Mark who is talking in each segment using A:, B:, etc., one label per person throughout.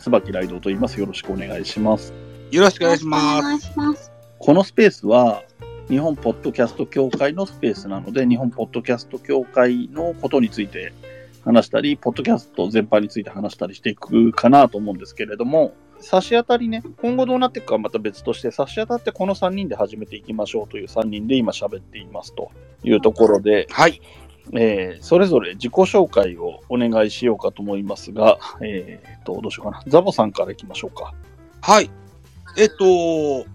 A: 椿ライドと言います。よろしくお願いします。
B: よろしくお願いします。
C: 願いします。
A: このスペースは日本ポッドキャスト協会のスペースなので日本ポッドキャスト協会のことについて話したりポッドキャスト全般について話したりしていくかなと思うんですけれども差し当たりね今後どうなっていくかはまた別として差し当たってこの3人で始めていきましょうという3人で今喋っていますというところで、
B: はい。
A: えーそれぞれ自己紹介をお願いしようかと思いますが、えー、とどうしようかなザボさんからいきましょうか。
B: はい。えっと、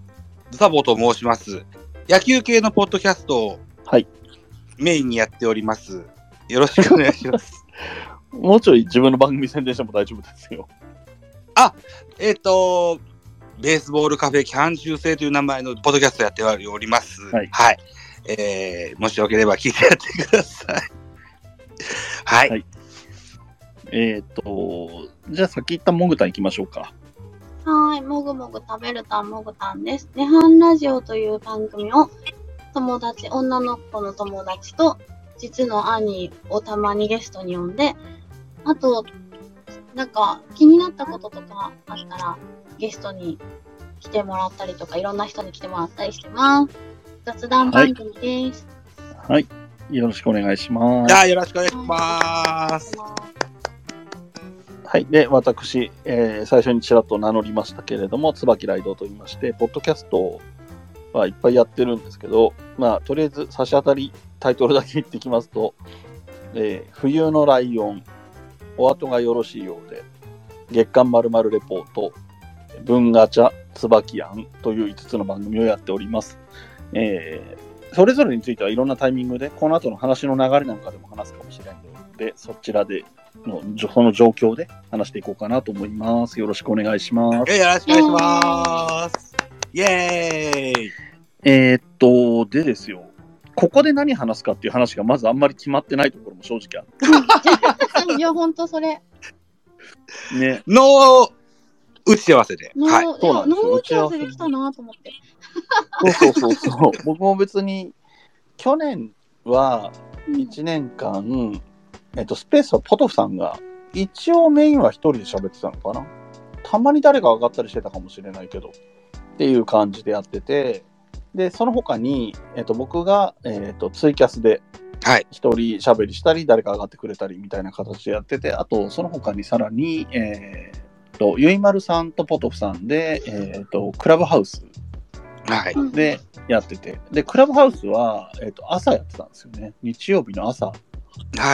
B: ザボと申します。野球系のポッドキャストを、
A: はい
B: メインにやっております。よろしくお願いし ます。
A: もうちょい自分の番組宣伝しても大丈夫ですよ。
B: えっと、ベースボールカフェキャン中制という名前のポッドキャストをやっております。
A: はい
B: えーもしよければ聞いてやってください。はい。
A: はいえーっと、じゃあ先行ったモグタン行きましょうか。
C: はい、もぐもぐ食べるたんもぐたんです。涅槃ラジオという番組を友達、女の子の友達と実の兄をたまにゲストに呼んで、あと、なんか気になったこととかあったらゲストに来てもらったりとか、いろんな人に来てもらったりしてます。雑談番組です。
A: はい。よろしくお願いしま
B: じ
A: す
B: ゃ。あ、よろしくお願いします。
A: はい。で、私、えー最初にちらっと名乗りましたけれども、椿ライドと言いまして、ポッドキャストはいっぱいやってるんですけど、まあ、とりあえず差し当たりタイトルだけ言ってきますと、えー冬のライオン、お後がよろしいようで、月刊まるまるレポート、文ガチャ、椿庵という5つの番組をやっております。えーそれぞれについてはいろんなタイミングで、この後の話の流れなんかでも話すかもしれないので、そちらでの、じょその状況で話していこうかなと思います。よろしくお願いします。
B: よろしくお願いします。イエーイ
A: えーっと、でですよ、ここで何話すかっていう話がまずあんまり決まってないところも正直あっ
C: いや、ほんとそれ。
A: て、ね、
B: の打ち合わせで。
C: 脳、
B: はい。
A: そうなんですよ
C: 脳打ち合わせできたなと思って。
A: そうそうそうそう、僕も別に、去年は
C: うん
A: 1年間、えっと、スペースはポトフさんが、一応メインは一人で喋ってたのかな。たまに誰か上がったりしてたかもしれないけど、っていう感じでやってて、で、その他に、えっと、僕が、えっと、ツイキャスで、
B: はい。
A: 一人喋りしたり、誰か上がってくれたりみたいな形でやってて、あと、その他にさらに、えー、と、ゆいまるさんとポトフさんで、えー、と、クラブハウス
B: はい。
C: うん
A: でやってて、で、クラブハウスは、えー、と、朝やってたんですよね。日曜日の朝
B: は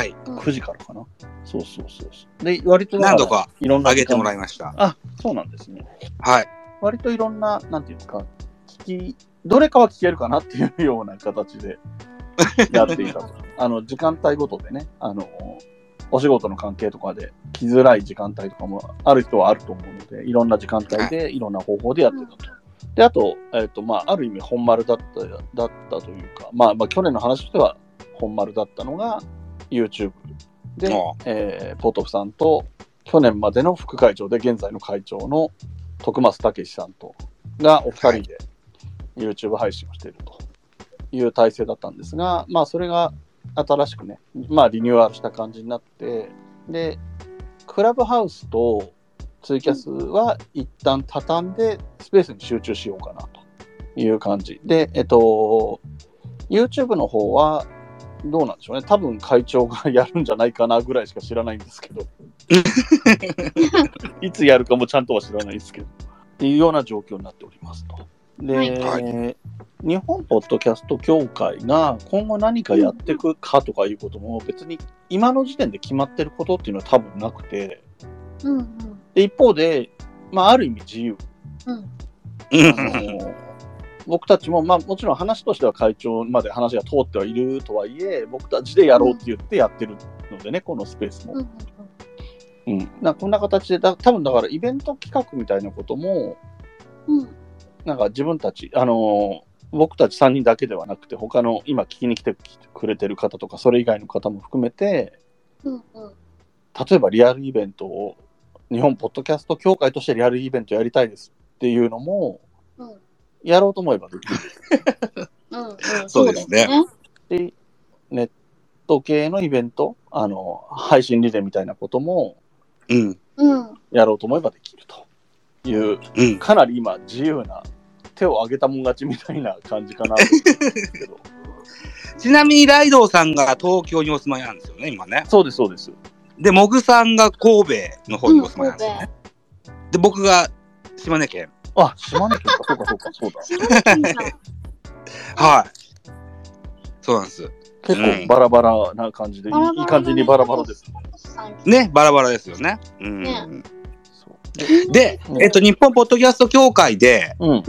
B: い。
A: 9時からかな。そうそうそうそう。で、割と、
B: 何度か
A: いろんな
B: 上げてもら
A: い
B: いました。
A: あ、そうなんですね。
B: はい。
A: 割といろんな、なんていうんですか、聞き、どれかは聞けるかなっていうような形で やっていたと。あの、時間帯ごとでね、あの、お仕事の関係とかで来づらい時間帯とかもある人はあると思うので、いろんな時間帯でいろんな方法でやってたと。で、あと、えっ、と、まあ、ある意味本丸だった、だったというか、まあ、まあ、去年の話としては本丸だったのが YouTube で、
B: も
A: えーポトフさんと去年までの副会長で現在の会長の徳松武さんとがお二人で YouTube 配信をしているという体制だったんですが、まあ、それが新しくね、まあ、リニューアルした感じになってでクラブハウスとツイキャスは一旦畳んでスペースに集中しようかなという感じで、えっと、YouTube の方はどうなんでしょうね多分会長がやるんじゃないかなぐらいしか知らないんですけどいつやるかもちゃんとは知らないですけどっていうような状況になっておりますと。で、
C: はい
B: は
A: 日本ポッドキャスト協会が今後何かやっていくかとかいうことも別に今の時点で決まってることっていうのは多分なくて
C: うんうん
A: で一方で、まあ、ある意味自由
C: うん
B: う。う
A: あ
B: ん。
A: の僕たちも、まあ、もちろん話としては会長まで話が通ってはいるとはいえ僕たちでやろうって言ってやってるのでね、このスペースも
C: うんう。ん
A: うんなんかこんな形でだ多分だからイベント企画みたいなことも
C: うんうん
A: なんか自分たち、あのー僕たち3人だけではなくて他の今聞きに来てくれてる方とかそれ以外の方も含めて
C: うんうん
A: 例えばリアルイベントを日本ポッドキャスト協会としてリアルイベントやりたいですっていうのも
C: うん
A: やろうと思えばできる
C: うんうん
B: そうですね
A: でネット系のイベント、あの、配信リレーみたいなことも、
B: うん。
C: うん。
A: やろうと思えばできるという、
B: うん。
A: かなり今、自由な、手を挙げたもん勝ちみたいな感じかなと思うんですけ ど。
B: ちなみにライドウさんが東京にお住まいなんですよね、今ね。
A: そうです、そうです。
B: で、モグさんが神戸の方
C: う
B: に
C: ん、
B: お住まいなん
C: 神
B: ですよね。
C: 戸。
B: で、僕が島根県。
A: あ、島根県か、そうか、そうか、そう だ。
C: 島根県か。
B: はい。そうなんです。
A: 結構バラバラな感じで、い
C: バラバラだ
A: い
C: ね
A: いい感じにバラバラです。。
B: ね、バラバラですよね。う
C: ね
B: ん。
A: そう
B: で、
A: ね
B: えっと、日本ポッドキャスト協会で、
A: うん、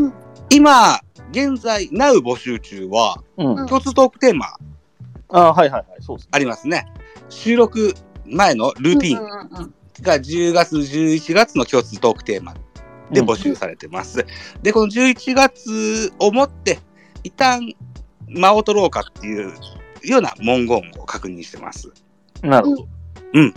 B: 今、現在、NOW 募集中は、
A: うん。
C: うん
B: 共通トークテーマ
A: あ、はいはいはい、そうです。
B: ありますね。収録前のルーティ
C: う
B: ン
C: んうんうんうん
B: が10月、11月の共通トークテーマで募集されてます。で、この11月をもって、一旦間を取ろうかっていうような文言を確認してます。
A: なるほど。。
B: うん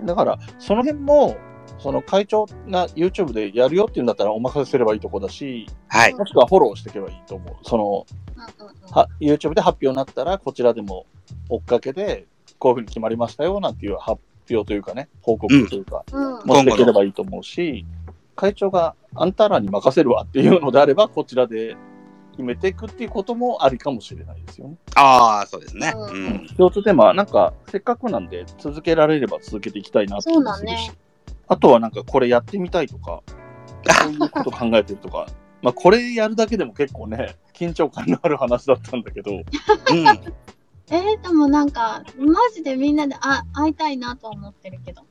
B: うん
A: だから、その辺も、その会長が YouTube でやるよっていうんだったらお任せすればいいとこだし、
B: はい。
A: もしくはフォローしていけばいいと思う。その、
C: うんうん
A: は YouTube で発表になったら、こちらでも追っかけで、こういうふうに決まりましたよなんていう発表というかね、報告というか、
C: うん
A: もしていければいいと思うし、会長があんたらに任せるわっていうのであれば、こちらで決めていくっていうこともありかもしれないですよね。
B: ああ、そうですね。
C: う
B: うんん。
A: 共通テーマはなんかせっかくなんで続けられれば続けていきたいなって
C: そうだ
A: する
C: ね
A: し、あとはなんかこれやってみたいとかそういうこと考えてるとか まあこれやるだけでも結構ね緊張感のある話だったんだけど
B: うん。
C: えー、でもなんか、マジでみんなであ会いたいなとは思ってるけど。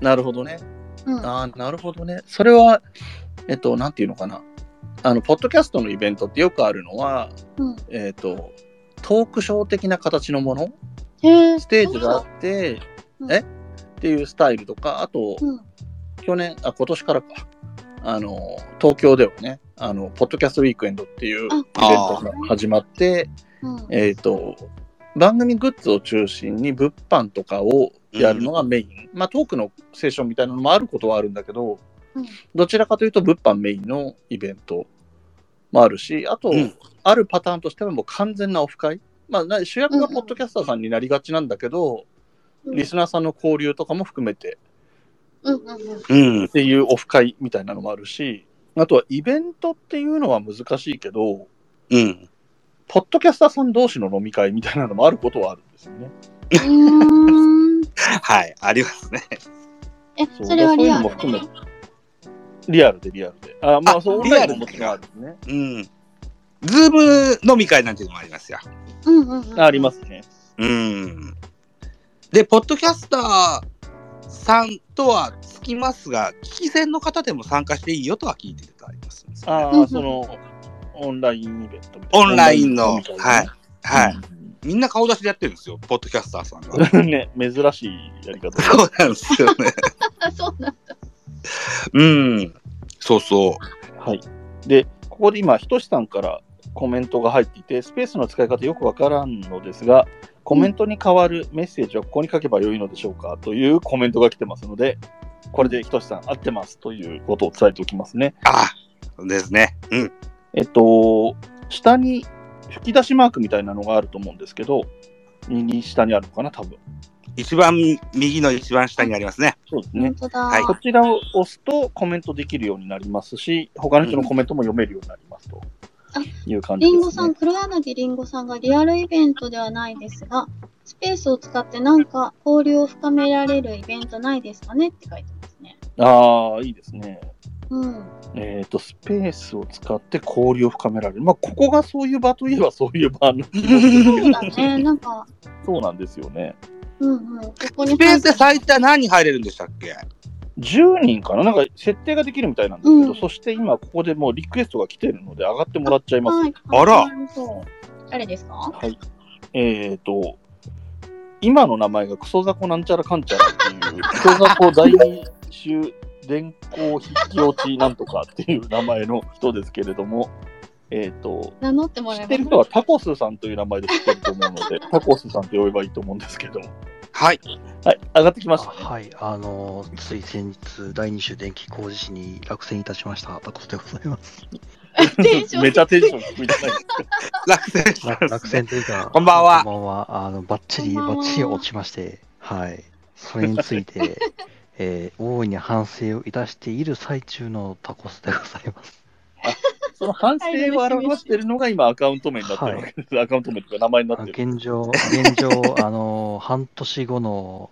A: なるほどね
C: うん。
A: ああなるほどねそれはえっとなんていうのかなあのポッドキャストのイベントってよくあるのは
C: うん、
A: えっとトークショー的な形のもの
C: へえ。
A: ステージがあって
C: うん
A: えっていうスタイルとかあと
C: うん。
A: 去年、あ、今年からか。あの、東京ではね、あの、ポッドキャストウィークエンドっていうイベントが始まって、
C: うん。
A: えっ、と、番組グッズを中心に物販とかをやるのがメイン。まあ、トークのセッションみたいなのもあることはあるんだけど、
C: うん
A: どちらかというと物販メインのイベントもあるし、あと、
B: うん
A: あるパターンとしてはもう完全なオフ会。まあ、な主役がポッドキャスターさんになりがちなんだけど、
C: うん
A: リスナーさんの交流とかも含めて
C: うんうんうん。
B: うん
A: っ。ていうオフ会みたいなのもあるし、あとはイベントっていうのは難しいけど、
B: うん。
A: ポッドキャスターさん同士の飲み会みたいなのもあることはあるんですよね。
C: うーん。
B: はい。ありますね。
C: え、
A: そう
C: それはリア
A: そ
C: ル
A: ういうのも含リアルでリアルで。あ、まあ、そう、
B: リアル
A: オンラインももちろんあるんですね。
B: うん。ズーム飲み会なんていうのもありますよ。
C: うんうんうん。。
A: あありますすね。
B: うん。で、ポッドキャスターさんとはつきますが、聞き戦の方でも参加していいよとは聞いていただきます。
A: ああ、その、オンラインイベントみたいな
B: オンラインの
A: オンライン飲み会ね
B: はい。みんな顔出しでやってるんですよ、ポッドキャスターさんが。
A: うん ね、珍しいやり方。
B: そうなんですよね。
C: あ、そうなんだ。
B: うん。そうそう。
A: はい。で、ここで今、ひとしさんからコメントが入っていて、スペースの使い方よくわからんのですが、コメントに代わるメッセージはここに書けばよいのでしょうかというコメントが来てますので、これでひとしさん合ってますということを伝えておきますね。
B: あ、ですね。うん。
A: えっと、下に吹き出しマークみたいなのがあると思うんですけど、右下にあるのかな、多分。
B: 一番右の一番下にありますね。
A: そうですね
C: 本。当だ。
B: はい
A: こちらを押すとコメントできるようになりますし、他の人のコメントも読めるようになりますという感じで
C: リ
A: す、ね。
C: ンゴさん、黒柳りんごさんがリアルイベントではないですが、スペースを使ってなんか交流を深められるイベントないですかねって書いてますね。
A: ああ、いいですね。
C: うん。
A: えっ、と、スペースを使って交流を深められる。まあ、ここがそういう場といえばそういう場の
C: そう だね。なんか、
A: そうなんですよね。
C: うんうん。ここに
B: スペースで最多何人入れるんでしたっけ
A: 10人かななんか設定ができるみたいなんですけ
C: う
A: ど、
C: ん
A: そして今ここでもうリクエストが来てるので上がってもらっちゃいます。
C: はい。
B: あら
C: そう。誰ですか
A: はい。えっ、と、今の名前がクソザコなんちゃらかんちゃらっていう、クソザコ第二週電光筆記落ちなんとかっていう名前の人ですけれども、えっ、と、
C: 名乗ってもら
A: 知
C: えま
A: って
C: す
A: る人はタコスさんという名前で知ってると思うの で、タコスさんと呼べばいいと思うんですけど、
B: はい。
A: はい、上がってきましたね。
D: はい、あの、つい先日、第2種電気工事士に落選いたし ました、タコスでございます。
C: テンション
A: めちゃテンション低いじゃないですか。
B: 落選し
D: 落
B: たんで
D: 落
B: すね
D: 選というか、
B: こんばんは
D: こんばんは。あの、ばっち
C: こ
D: り、
C: んばんは
D: ばっちり落ちまして、はい。それについて、えー大いに反省をいたしている最中のタコスでございます。
A: その反省を表してるのが今アカウント名になってるわけです。アカウント名というか名前にな
D: あ
A: ってる。
D: 現状、現 状、あのー半年後の、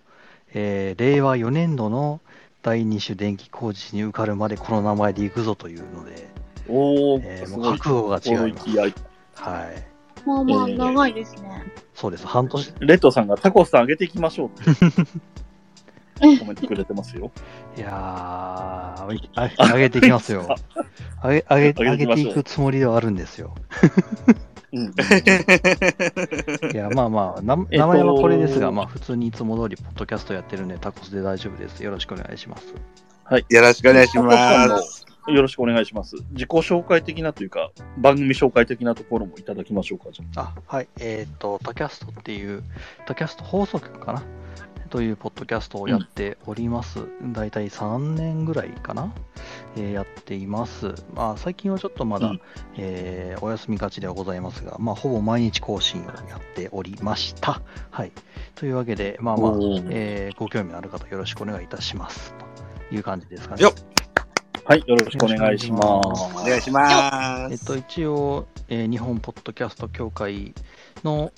D: えー令和4年度の第二種電気工事に受かるまでこの名前で行くぞというので、
A: おお、
D: えー
A: す
D: もう
A: ごい。
D: 覚悟が違います。
A: い
D: はい。
C: まあまあ、
A: えー
C: 長いですね。
D: そうです。半年、
A: レッドさんがタコスさん上げていきましょう ってコメントくれてますよ。
D: いやー、あ上げていきますよ。上げ、上げ、
A: 上
D: 上
A: げていきま
D: げて
A: しょう
D: いくつもりではあるんですよ。
A: うん、
D: いや、まあまあ、な
A: えっと
D: 名前はこれですが、まあ普通にいつも通り、ポッドキャストやってるんで、タコスで大丈夫です。よろしくお願いしま す。
B: よろしくお願いします。
A: よろしくお願いします。自己紹介的なというか、番組紹介的なところもいただきましょうか。じゃ
D: あ、はい。えっ、と、タキャストっていう、タキャスト放送局かなというポッドキャストをやっております。だいたい3年ぐらいかな、えーやっています。まあ、最近はちょっとまだ、
A: うん
D: えーお休みがちではございますが、まあ、ほぼ毎日更新をやっておりました。はい。というわけで、まあ
A: あ
D: まあ、
A: おー
D: えーご興味のある方、よろしくお願いいたします。という感じですかね。
B: よっ
A: はい、よろしくお願いしま
B: お
A: す。
B: 願いしま
D: えっ
B: す
D: と、。一応、えー日本ポッドキャスト協会の、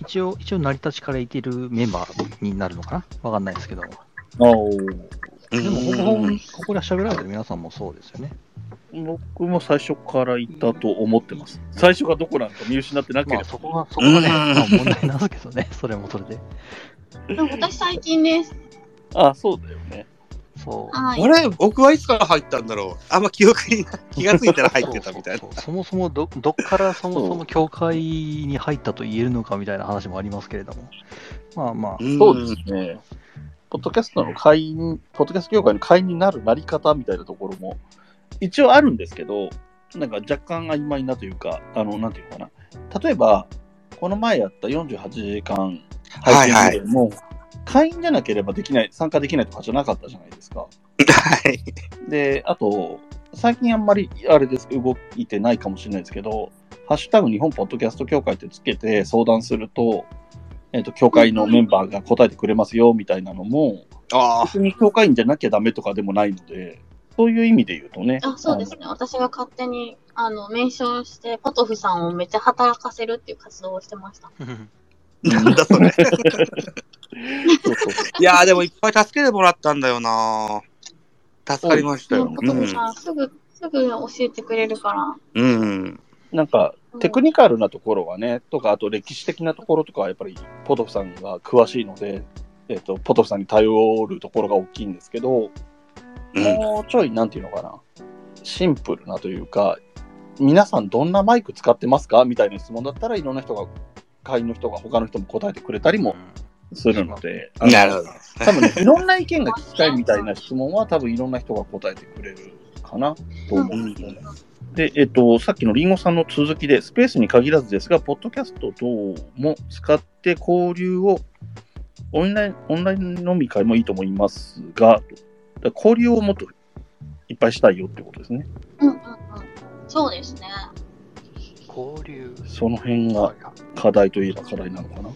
D: 一応、一応、成り立ちからいてるメンバーになるのかなわかんないですけど。
A: お
B: う
D: でも、ほぼほぼ
B: ん
D: ここで喋られてる皆さんもそうですよね。
A: ー僕も最初からいたと思ってます。最初がどこなのか見失ってなければ
D: まあ、。そこが、そこがね、
B: うん
D: まあ問題なんですけどね。 それもそれで。
C: でも私最近です。
A: ああ、そうだよね。
D: そう。
C: は
B: あ
C: い。
B: れ僕はいつから入ったんだろうあんま記憶にな気がついたら入ってたみたいな
D: そうそうそうそもそもど、どっからそもそも教会に入ったと言えるのかみたいな話もありますけれども。まあまあ、
B: ん
A: そうですね。ポッドキャストの会員、ポッドキャスト業界の会員になるなり方みたいなところも、一応あるんですけど、なんか若干曖昧なというか、あの、なんていうのかな。例えば、この前やった48時間配信でも、会員じゃなければできない、参加できないとかじゃなかったじゃないですか。
B: はい
A: で、あと、最近あんまりあれです動いてないかもしれないですけど、ハッシュタグ日本ポッドキャスト協会ってつけて相談すると、えっ、と、協会のメンバーが答えてくれますよみたいなのも、
B: あ
A: 別に協会員じゃなきゃダメとかでもないので、そういう意味で言うとね、
C: あ、そうですね。私が勝手に、あの、メンションして、ポトフさんをめっちゃ働かせるっていう活動をしてました。
B: あなんだそれ
A: そうそうそう
B: いやーでもいっぱい助けてもらったんだよな助かりました
C: で
B: よ
C: もポ
B: う
C: トフ
B: ん
C: さん、すぐ、すぐ教えてくれるから。
B: うん
A: なんか、
C: うん
A: テクニカルなところはね、とか、あと歴史的なところとかはやっぱりポトフさんが詳しいので、えっ、と、ポトフさんに頼るところが大きいんですけど、
B: うん
A: もうちょい、なんていうのかな、シンプルなというか、皆さんどんなマイク使ってますかみたいな質問だったらいろんな人が、会員の人が他の人も答えてくれたりもするので、あの
B: なるほど
A: 多分ね、いろんな意見が聞きたいみたいな質問は多分いろんな人が答えてくれるかなと思うんですよね。で、えっと、さっきのりんごさんの続きで、スペースに限らずですが、ポッドキャスト等も使って交流を、オンライン、オンライン飲み会もいいと思いますが、だから交流をもっといっぱいしたいよってことですね。
C: うんうんうん。そうですね。
D: 交流。
A: その辺が課題といえば課題なのかな。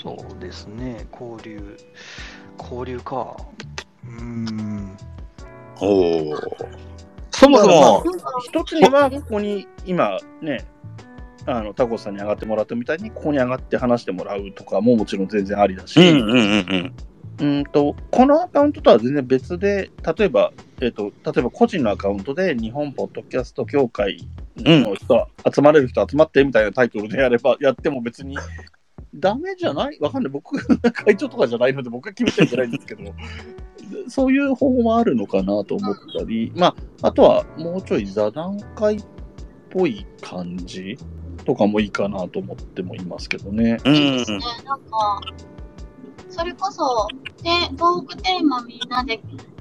D: そうですね、交流、交流か。うーん、
B: おおそもそも
C: なんか、
A: 一つには、ここに今ね、あの、タコスさんに上がってもらったみたいに、ここに上がって話してもらうとかももちろん全然ありだし、
B: うんうんうん
A: うんとこのアカウントとは全然別で、例えば、えっと例えば個人のアカウントで日本ポッドキャスト協会の人、集まれる人集まってみたいなタイトルでやれば、やっても別にダメじゃないわかんない。僕が会長とかじゃないので、僕が決めちゃいけないんですけど、そういう方法もあるのかなと思ったり、まあ、あとはもうちょい座談会っぽい感じとかもいいかなと思ってもいますけどね。
B: うんう
C: いい
B: ん
C: ですね。なんか、それこそ、で、トークテーマみんなで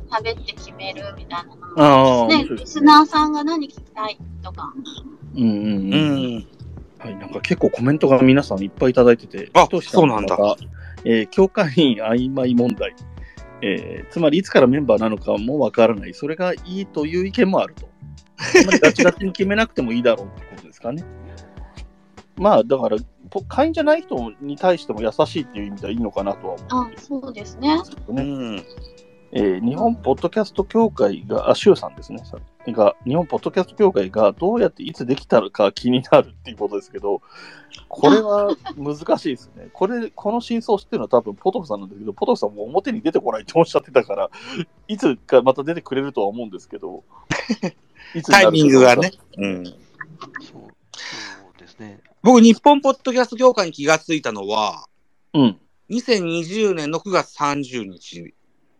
C: 喋って決めるみたいなのも。
A: あ
C: ね、リスナーさんが何聞きたいとか。
A: うんうん
B: う
A: うん。
B: ん
A: はい、なんか結構コメントが皆さんいっぱいいただいてて、
B: あ
A: ひとしさの
B: そうなんだ
A: 方えー教会員曖昧問題、えーつまりいつからメンバーなのかもわからない、それがいいという意見もあると。あんまりガチガチに決めなくてもいいだろうってことですかね。 まあだから、ぽ会員じゃない人に対しても優しいっていう意味ではいいのかなとは思
C: あ、そうですね。
A: うんですけど
B: う
A: ね。
B: ん
A: えー日本ポッドキャスト協会が、あ、周さんですね、さが、日本ポッドキャスト協会がどうやっていつできたのか気になるっていうことですけど、これは難しいですね。 これ、この真相を知ってるのは多分ポトフさんなんだけど、ポトフさんも表に出てこないとおっしゃってたから、いつかまた出てくれるとは思うんですけど、いつにな
B: タ
A: る
B: イ
A: か
B: ミングがね。。うん。
D: そうそうですね。
B: 僕、日本ポッドキャスト協会に気がついたのは、
A: うん。
B: 2020年の9月30日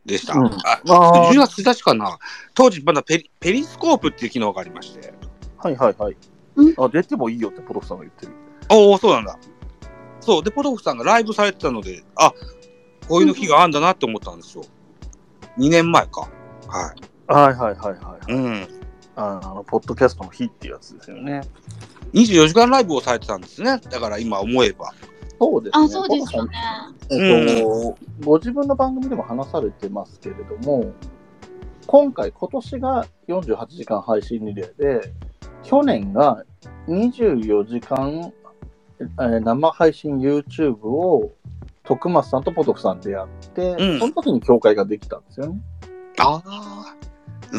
B: でした。
A: うんあ
B: あ
A: ー
B: 10月1日かな。当時、まだペリペリスコープっていう機能がありまして。
A: はいはいはい
C: うん。
A: あ、出てもいいよってポトフさんが言ってる。
B: おお、そうなんだ。そう。で、ポトフさんがライブされてたので、あ、こういうの日があるんだなって思ったんですよ。2年前か。は
A: はいはいはいはい。
B: い。うん。
A: あの、ポッドキャストの日っていうやつですよね。
B: 24時間ライブをされてたんですね。だから今思えば。
A: そうですね。
C: あ、そうですよね。
A: えっと、ご自分の番組でも話されてますけれども、今回、今年が48時間配信リレーで、去年が24時間、えー生配信 YouTube を徳松さんとポトフさんでやって、
B: うん
A: その時に協会ができたんですよね。
B: ああ。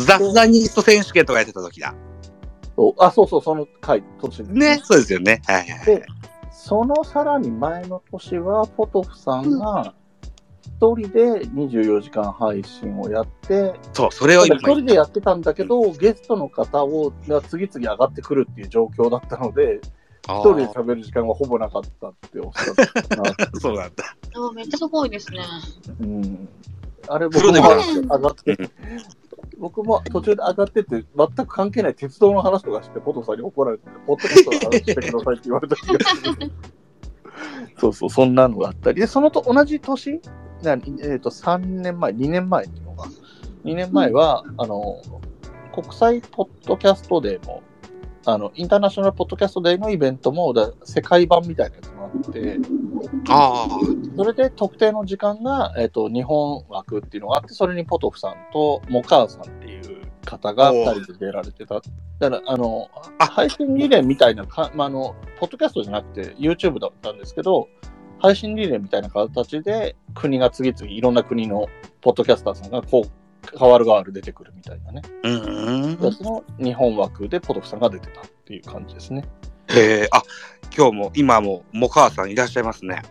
B: ザ・ザニスト選手権とかやってた時だ。
A: そうあ、そうそう、その回、年に
B: ね。そうですよね。はいはい。
A: で、そのさらに前の年は、ポトフさんが一人で24時間配信をやって、
B: そう、それを
A: ただ
B: 今
A: 一人でやってたんだけど、ゲストの方をが次々上がってくるっていう状況だったので、
B: あ
A: 一
B: ー
A: 人で喋る時間はほぼなかったっておっしゃってたな。
B: そうなんだ。
C: でもめっちゃすごいですね。
A: うん、あれ、僕
B: プロ
A: も
B: で見
C: た
A: 上がって、僕も途中で上がってって、全く関係ない鉄道の話とかして、ポトフさんに怒られて、ポッドキャストの話してくださいって言われた気がする。 そうそう、そんなのがあったり、で、そのと同じ年、なえっ、と、3年前、2年前っていうのが、2年前は、あの、国際ポッドキャストデーの、あの、インターナショナルポッドキャストデーのイベントも、だ世界版みたいなやつもあって、
B: ああ。
A: それで特定の時間が、えっと日本枠っていうのがあって、それにポトフさんとモカーさんっていう方が
B: おう
A: 2人で出られてた。だから、あの、
B: あ
A: 配信リレーみたいなか、まあ、あの、ポッドキャストじゃなくて YouTube だったんですけど、配信リレーみたいな形で、国が次々いろんな国のポッドキャスターさんがこう、変わる変わる出てくるみたいなね。
B: うんう
A: で
B: ん。
A: その日本枠でポトフさんが出てたっていう感じですね。
B: えー、あ、今日も、今も、もかあさんいらっしゃいますね。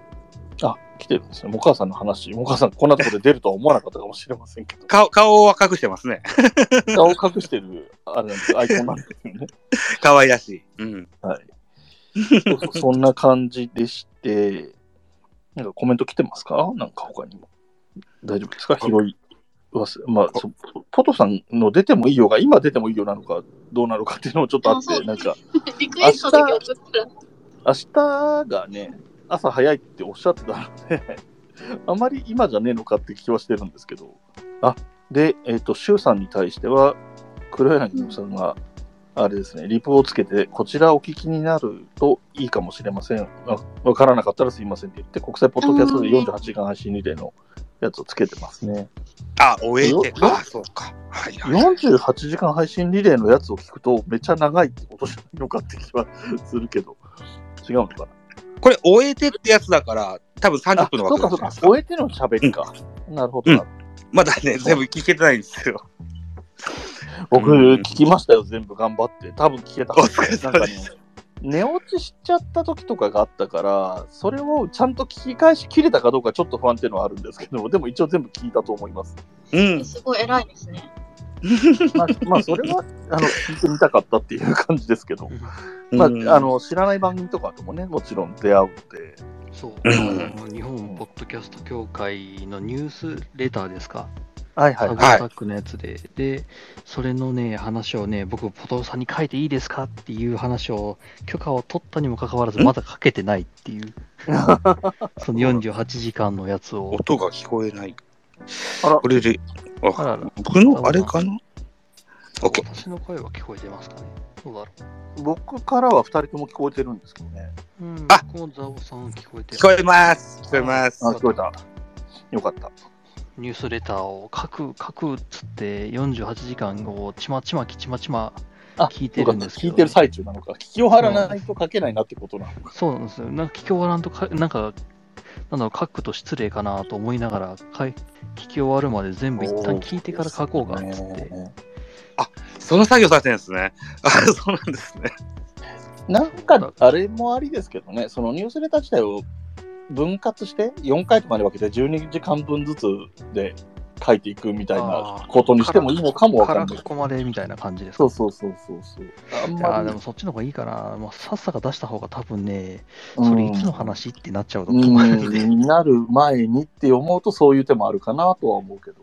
A: あ、来てるんですね。モカーさんの話、モカーさんこんなところで出るとは思わなかったかもしれませんけど。
B: 顔、顔は隠してますね。
A: 顔を隠してるあれなんですアイコンなんです よね。
B: 可愛らしい。うん。
A: そうそうそんな感じでして、なんかコメント来てますかなんか他にも。大丈夫ですか拾い忘れ。まあ、そポトさんの出てもいいよが、今出てもいいよなのか、どうなのかっていうのもちょっとあっ
C: あ
A: て、
C: そう
A: なんか、
C: リクエストだけ送ったら、
A: 明日がね、朝早いっておっしゃってたので、 あまり今じゃねえのかって気はしてるんですけど。あ、で、えっ、と、周さんに対しては、黒柳さんが、あれですね、リプをつけて、こちらお聞きになるといいかもしれません。あわからなかったらすいませんって言って、国際ポッドキャストで48時間配信リレーのやつをつけてますね。
B: あ、終えて
A: よ。
B: あ、そうか。はいはい。
A: 48時間配信リレーのやつを聞くと、めちゃ長いってことじゃないのかって気はするけど、違うのかな。
B: これ、終えてってやつだから、多分
A: あ
B: 30分の
A: そう
B: 枠
A: か
B: だ
A: そ
B: と
A: う
B: 思い
A: か終え
B: ます、
A: ての喋りか。なるほどな、
B: まだね、全部聞けてないんですよ。
A: 僕、
B: うん
A: 聞きましたよ、全部頑張って。多分聞けたはず
B: お疲れ
A: な
B: 様
A: んか
B: で
A: ね、寝落ちしちゃった時とかがあったから、それをちゃんと聞き返しきれたかどうかちょっと不安っていうのはあるんですけど、でも一応全部聞いたと思い ます。
B: うん。
C: すごい偉いですね。
A: まあ、まあ、それは、あの、聞いてみたかったっていう感じですけど、まあ、
B: うん
A: あ、の、知らない番組とかともね、もちろん出会うので、
D: そう、
B: うん
D: あの日本ポッドキャスト協会のニュースレターですか、
A: はい
D: タ
A: は
D: グ
A: い。
D: アタックのやつで、で、それのね、話をね、僕、ポトフさんに書いていいですかっていう話を、許可を取ったにもかかわらず、
B: ん
D: まだ書けてないっていう、その48時間のやつを、
B: 音が聞こえない。
A: あら
B: これで、
D: あ
B: あ、
D: らら
B: 僕のあれかな ?OK。
D: 私の声は聞こえてますかね。どうだろ
A: 僕からは2人とも聞こえてるんですけどね。
D: う。うん、
B: あ
D: 僕もザオさん聞こえて
B: 聞こえます。聞こえます
A: あ。聞こえたよかった。
D: ニュースレターを書く、書くっつって、48時間をちまちまきちまちま
A: あ
D: 聞いてるんですけ
A: 聞
D: ど
A: いてる最中なのか、聞き終わらないと書けないなってことなのか。
D: そうなんですよ。なんか聞き終わらんとか、なんかなんだろう、書くと失礼かなと思いながら、かい聞き終わるまで全部一旦聞いてから書こうかっつって。
B: その作業されてるんですね。あ、そうなんですね。
A: なんか、あれもありですけどね、そのニュースレター自体を分割して、4回とかに分けて12時間分ずつで書いていくみたいなことにしてもいいのかもわか
D: からら
A: ない
D: こ。こまでみたいな感じです
A: そ
D: か
A: うそうそうそうそう。あん
D: い
A: ま
D: や
A: り
D: でもそっちの方がいいかな、まあ、さっさか出した方が多分ね、それいつの話ってなっちゃうと
A: う
D: 思うんんで、
A: うんなる前にって思うとそういう手もあるかなとは思うけど。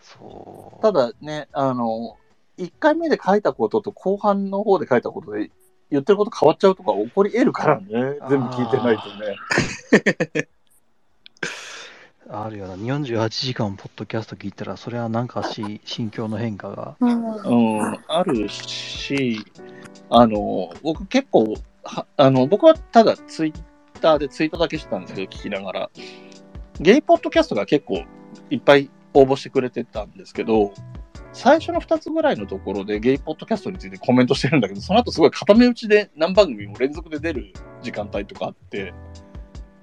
D: そう
A: ただね、あの、1回目で書いたことと後半の方で書いたことで言ってること変わっちゃうとか起こり得るからね、全部聞いてないとね。
D: あるよな、48時間ポッドキャスト聞いたら、それはなんかし心境の変化が、
C: うん
A: うん、あるし、あの、僕結構、はあの、僕はただツイッターでツイートだけしてたんですけど、聞きながら、ゲイポッドキャストが結構いっぱい応募してくれてたんですけど、最初の2つぐらいのところでゲイポッドキャストについてコメントしてるんだけど、その後すごい固め打ちで何番組も連続で出る時間帯とかあって、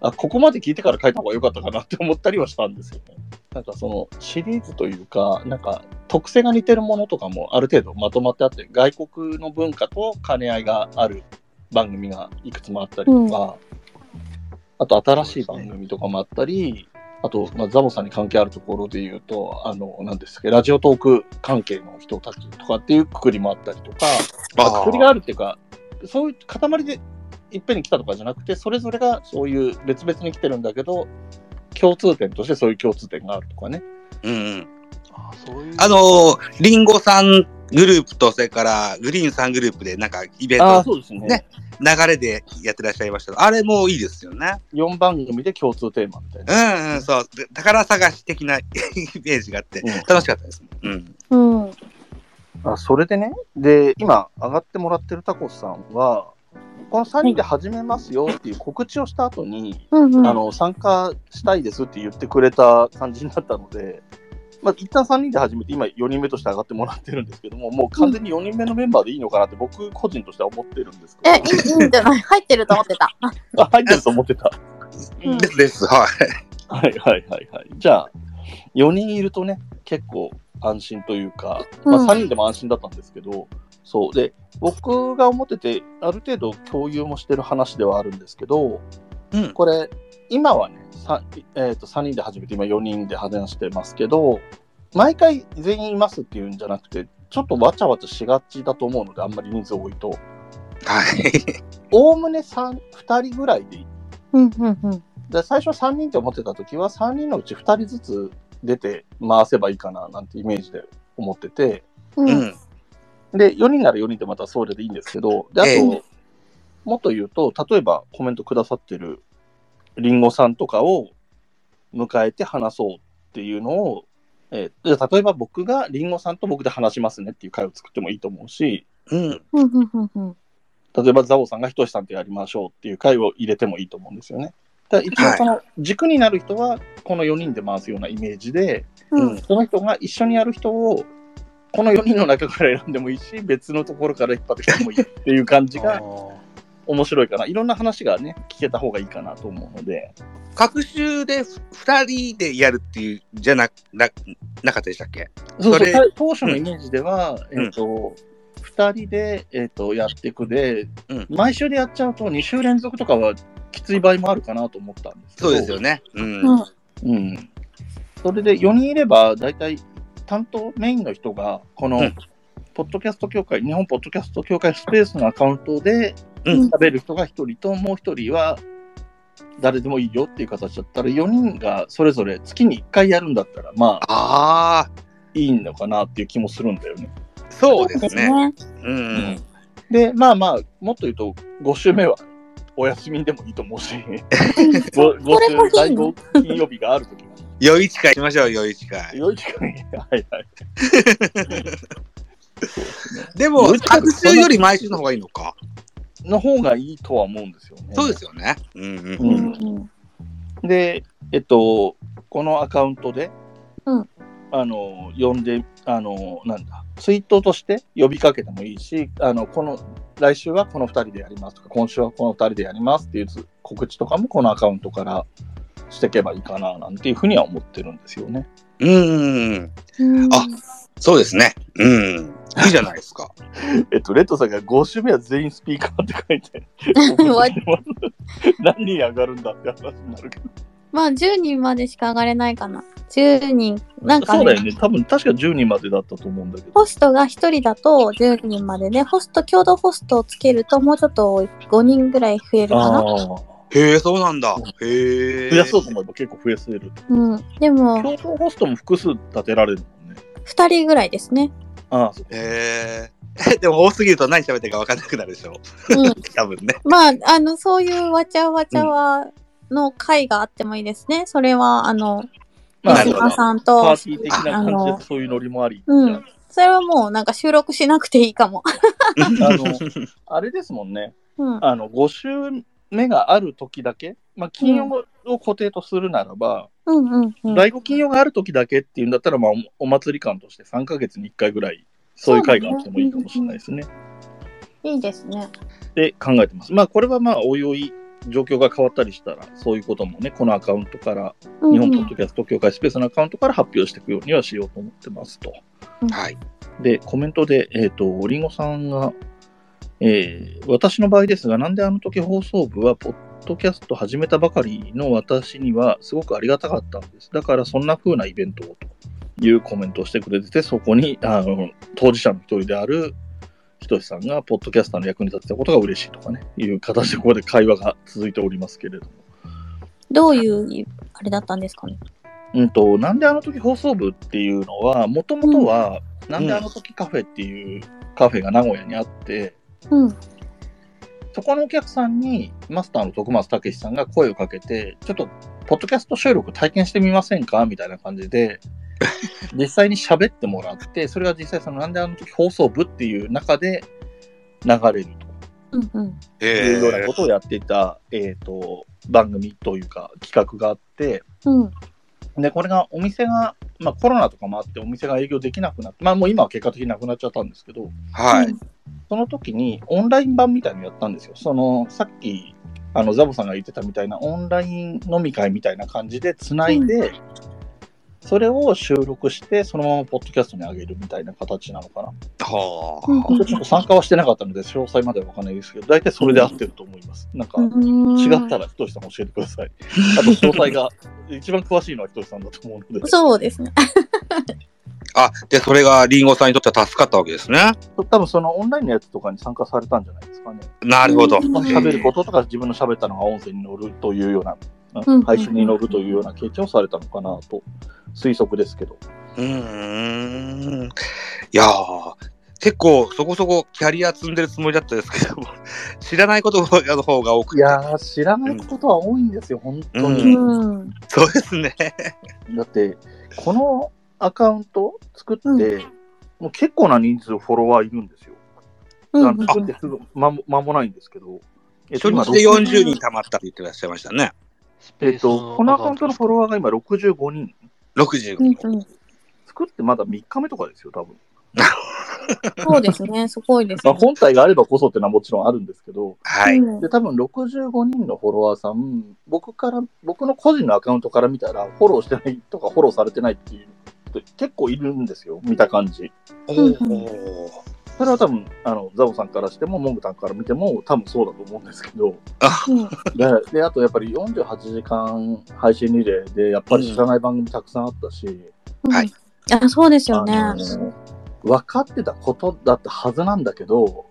A: あ、ここまで聞いてから書いた方が良かったかなって思ったりはしたんですよね。なんかそのシリーズというか、なんか特性が似てるものとかもある程度まとまってあって外国の文化と兼ね合いがある番組がいくつもあったりとか、あと新しい番組とかもあったり、あと、まあ、ザボさんに関係あるところで言うと、あの、なんですか、ラジオトーク関係の人たちとかっていうくくりもあったりとか、まあ、くくりがあるっていうか、そういう塊でいっぺんに来たとかじゃなくて、それぞれがそういう別々に来てるんだけど、共通点としてそういう共通点があるとかね。
B: うんうん。
D: あそういう
B: あのー、リンゴさんグループと、それからグリーンさんグループで、なんかイベン
A: ああ、
B: ト、
A: そうですね。
B: ね流れでやってらっしゃいましたけどあれもいいですよね。
A: 4番組で共通テーマみたいな。
B: うんうん、そう。で宝探し的な イメージがあって
A: うん、
B: 楽しかったです。うん。
C: うん。
A: あそれでね、で、今、上がってもらってるタコスさんは、この3人で始めますよっていう告知をした後に、
C: うんうん。
A: あの参加したいですって言ってくれた感じになったので、 まあ一旦3人で始めて、今、4人目として上がってもらってるんですけども、もう完全に4人目のメンバーでいいのかなって、僕個人としては思ってるんですけ
C: え、い
A: ど
C: い、いいんじゃない入ってると思ってた。
A: あ入ってると思ってた。
C: うん
B: ですです。はい。
A: はいはいはいはい。じゃあ、4人いるとね、結構安心というか、
C: うん
A: まあ、3人でも安心だったんですけど、そうで僕が思っててある程度共有もしてる話ではあるんですけど
B: うん。
A: これ今はね 3,、えーと3人で始めて今4人で話してますけど毎回全員いますっていうんじゃなくてちょっとわちゃわちゃしがちだと思うのであんまり人数多いと
B: はい。
A: おおむね2人ぐらいで
C: うんうんうん。
A: で最初は3人って思ってた時は3人のうち2人ずつ出て回せばいいかななんてイメージで思ってて。
C: う
B: うんん。
A: で、4人なら4人でまたそれでいいんですけど、で、あと、
B: え
C: え
A: もっと言うと、例えばコメントくださってるリンゴさんとかを迎えて話そうっていうのを、えーじゃあ例えば僕がリンゴさんと僕で話しますねっていう会を作ってもいいと思うし、
B: うん。
C: うんうんうんうん。
A: 例えばザオさんがひとしさんとやりましょうっていう会を入れてもいいと思うんですよね。だから一応その軸になる人はこの4人で回すようなイメージで、
C: うん
A: その人が一緒にやる人を、この4人の中から選んでもいいし、別のところから引っ張ってきてもいいっていう感じ
D: あ
A: が
D: ー
A: 面白いかな。いろんな話がね、聞けた方がいいかなと思うので。
B: 各週で2人でやるっていうじゃなななかったでしたっけ
A: そう
B: そ
A: そう
B: れ
A: た当初のイメージでは、
B: うん
A: えっ、と、2人で、えっとやっていくで、
B: うん
A: 毎週でやっちゃうと2週連続とかはきつい場合もあるかなと思ったんですけ
B: そ
A: ど
B: うですよね。うん。
C: うん
A: うん、それで4人いれば、大体担当メインの人が、この、
B: うん
A: ポッドキャスト協会、日本ポッドキャスト協会スペースのアカウントで、
B: うん
A: 食べる人が1人と、もう1人は誰でもいいよっていう形だったら、4人がそれぞれ月に1回やるんだったら、まあ、
B: ああ、
A: いいのかなっていう気もするんだよね。
B: そうですね。。うん。
A: で、まあまあ、もっと言うと、5週目はお休みでもいいと思う し、5,
C: れもいい
A: 週、
C: の
A: 第5金曜日があるときはね。
B: 夜市会しましょう、夜市会。
A: よいちくん、はいはい。そうですね。
B: でも
A: 夜、市会
B: 各週より毎週の方がいいのか。
A: の方がいいとは思うんですよね。
B: そうですよね。うんうん。
A: う
C: うん
A: ん
C: うん
A: で、えっと、このアカウントで、
C: うん
A: あの、呼んであの、なんだ、ツイートとして呼びかけてもいいし、あの、この、来週はこの2人でやりますとか、今週はこの2人でやりますっていうつ告知とかもこのアカウントからしていけばいいかな、なんていうふうには思ってるんですよね。
B: うーん。
C: うん
B: あそうですね。うん。いいじゃないですか。
A: えっと、レッドさんが5週目は全員スピーカーって書 いて、何人上がるんだって話になるけど。
C: まあ10人までしか上がれないかな。10人、なんかあ
A: そう
C: の
A: だよね。多分、確か10人までだったと思うんだけど
C: ホ。ストが1人だと10人までで、ホスト、共同ホストをつけるともうちょっと多い5人ぐらい増えるか
A: あ
C: な。
A: あ。
B: へえ、そうなんだ。へえ。
A: 増やそうと思えば結構増やせる。
C: うん。でも、
A: 共同ホストも複数立てられるもんね。
C: 2人ぐらいですね。
A: ああ、そう
B: へえ。でも多すぎると何喋ってるか分かんなくなるでしょ。
C: うん。
B: 多分ね。
C: まあ、あの、そういうわちゃわちゃわの会があってもいいですね。それは、あの、
A: ま
C: リス
A: あ
C: ナーさん
A: パ
C: と
A: ー、ティー的な
C: あ
A: 感じ
C: の
A: でそういうノリもあり。
C: うんそれはもうなんか収録しなくていいかも。
A: あの、あれですもんね。
C: うん。
A: あの、5週目がある時だけ、まあ、金曜を固定とするならば、
C: うんうんうん。
A: 第5金曜がある時だけっていうんだったら、まあ、おお祭り感として3ヶ月に1回ぐらい、そういう会があってもいいかもしれないですね。
C: いいですね。
A: で、考えてます。まあ、これはまあ、おいおい、状況が変わったりしたら、そういうこともね、このアカウントから、
C: うん
A: 日
C: う
A: 本ポッ
C: ん
A: ドキャスト協会スペースのアカウントから発表していくようにはしようと思ってますと。
B: はい。
A: で、コメントで、えっ、と、りんごさんが、えー私の場合ですが、なんであの時放送部は、ポッドキャスト始めたばかりの私には、すごくありがたかったんです。だから、そんな風なイベントをというコメントをしてくれてて、そこに、あの、当事者の一人である、ひとしさんが、ポッドキャスターの役に立てたことが嬉しいとかね、いう形で、ここで会話が続いておりますけれども。
C: どういう、あれだったんですかね。
A: うんと、なんであの時放送部っていうのは、もともとは、なんであの時カフェっていうカフェが名古屋にあって、
C: うん。
A: そこのお客さんにマスターの徳松武さんが声をかけて、ちょっと、ポッドキャスト収録体験してみませんかみたいな感じで、実際に喋ってもらって、それが実際そのなんであの時放送部っていう中で流れる
C: うんうん。
B: へ
A: と
B: え
A: いうようなことをやっていた、えっ、と、番組というか企画があって、
C: うん。
A: で、これがお店が、まあコロナとかもあってお店が営業できなくなって、まあもう今は結果的になくなっちゃったんですけど、
B: は
C: う
B: い
C: ん。
A: その時にオンライン版みたいのやったんですよ。そのさっきあのザボさんが言ってたみたいなオンライン飲み会みたいな感じでつないで、それを収録してそのままポッドキャストに上げるみたいな形なのかな。
B: は
C: う
B: あ。
C: ん
A: ちょっと参加はしてなかったので詳細まではわかんないですけど、大体それで合ってると思います。なんか
C: うん
A: 違ったらひとしさん教えてください。あと詳細が一番詳しいのはひとしさんだと思うので。
C: そうですね。
B: あ、で、それがリンゴさんにとっては助かったわけですね。
A: 多分そのオンラインのやつとかに参加されたんじゃないですかね。
B: なるほ
C: う
B: ど。
C: ん
A: まあ、
B: へえ
A: 喋ることとか自分の喋ったのが音声に乗るというような、
C: うん
A: 配信に乗るというような経験をされたのかなと推測ですけど。
B: うーん。いやー、結構そこそこキャリア積んでるつもりだったですけども、 知らないことの方が多く
A: い
B: て。
A: やー、知らないことは多いんですよ、本当
B: う
C: う
A: に。
C: ん。
B: そうですね。
A: だって、このアカウント作って、
C: う
A: もう結構な人数フォロワーいるんですよ。
C: うん
A: あの作ってすぐ間も間もないんですけど。えっと
B: 初
A: 今
B: 日で40人溜まったって言ってらっしゃいましたね。
D: スペ
A: え
D: ー
A: っ
D: ス
A: と、このアカウントのフォロワーが今65人。
B: 65
C: うん
B: 人。
C: うん
A: 作ってまだ3日目とかですよ、多分。
C: そうですね。すごいです
A: まあ、
C: ね。
A: 本体があればこそっていうのはもちろんあるんですけど、
B: はい。
C: うん
A: で多分65人のフォロワーさん、僕から、僕の個人のアカウントから見たら、フォローしてないとか、フォローされてないっていう人、結構いるんですよ、見た感じ。
B: お
C: ん
B: ー
A: それは多分、あの、ザボさんからしても、モングタンから見ても、多分そうだと思うんですけど、
C: うん
A: で、であとやっぱり48時間配信リレーで、やっぱり知らない番組たくさんあったし、
B: はい
C: あ、そうですよね。
A: あの分かってたことだったはずなんだけど、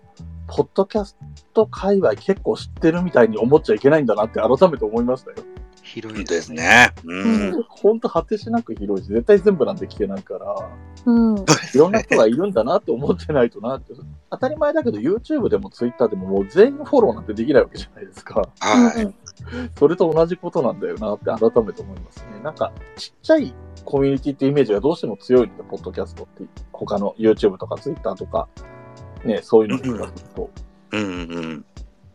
A: ポッドキャスト界隈結構知ってるみたいに思っちゃいけないんだなって改めて思いましたよ。
D: 広
B: 本
D: い
B: 当です。ね。うん。
C: うん
A: 本当果てしなく広いし、絶対全部なんて聞けな いから、
C: うん。
A: いろんな人がいるんだなって思ってないとなって。当たり前だけど、YouTube でも Twitter でももう全員フォローなんてできないわけじゃないですか。
B: はい。
A: それと同じことなんだよなって改めて思いますね。なんか、ちっちゃいコミュニティってイメージがどうしても強いんで、ポッドキャストって、他の YouTube とか Twitter とか、ね、そういうのとかすると。
B: うんうん。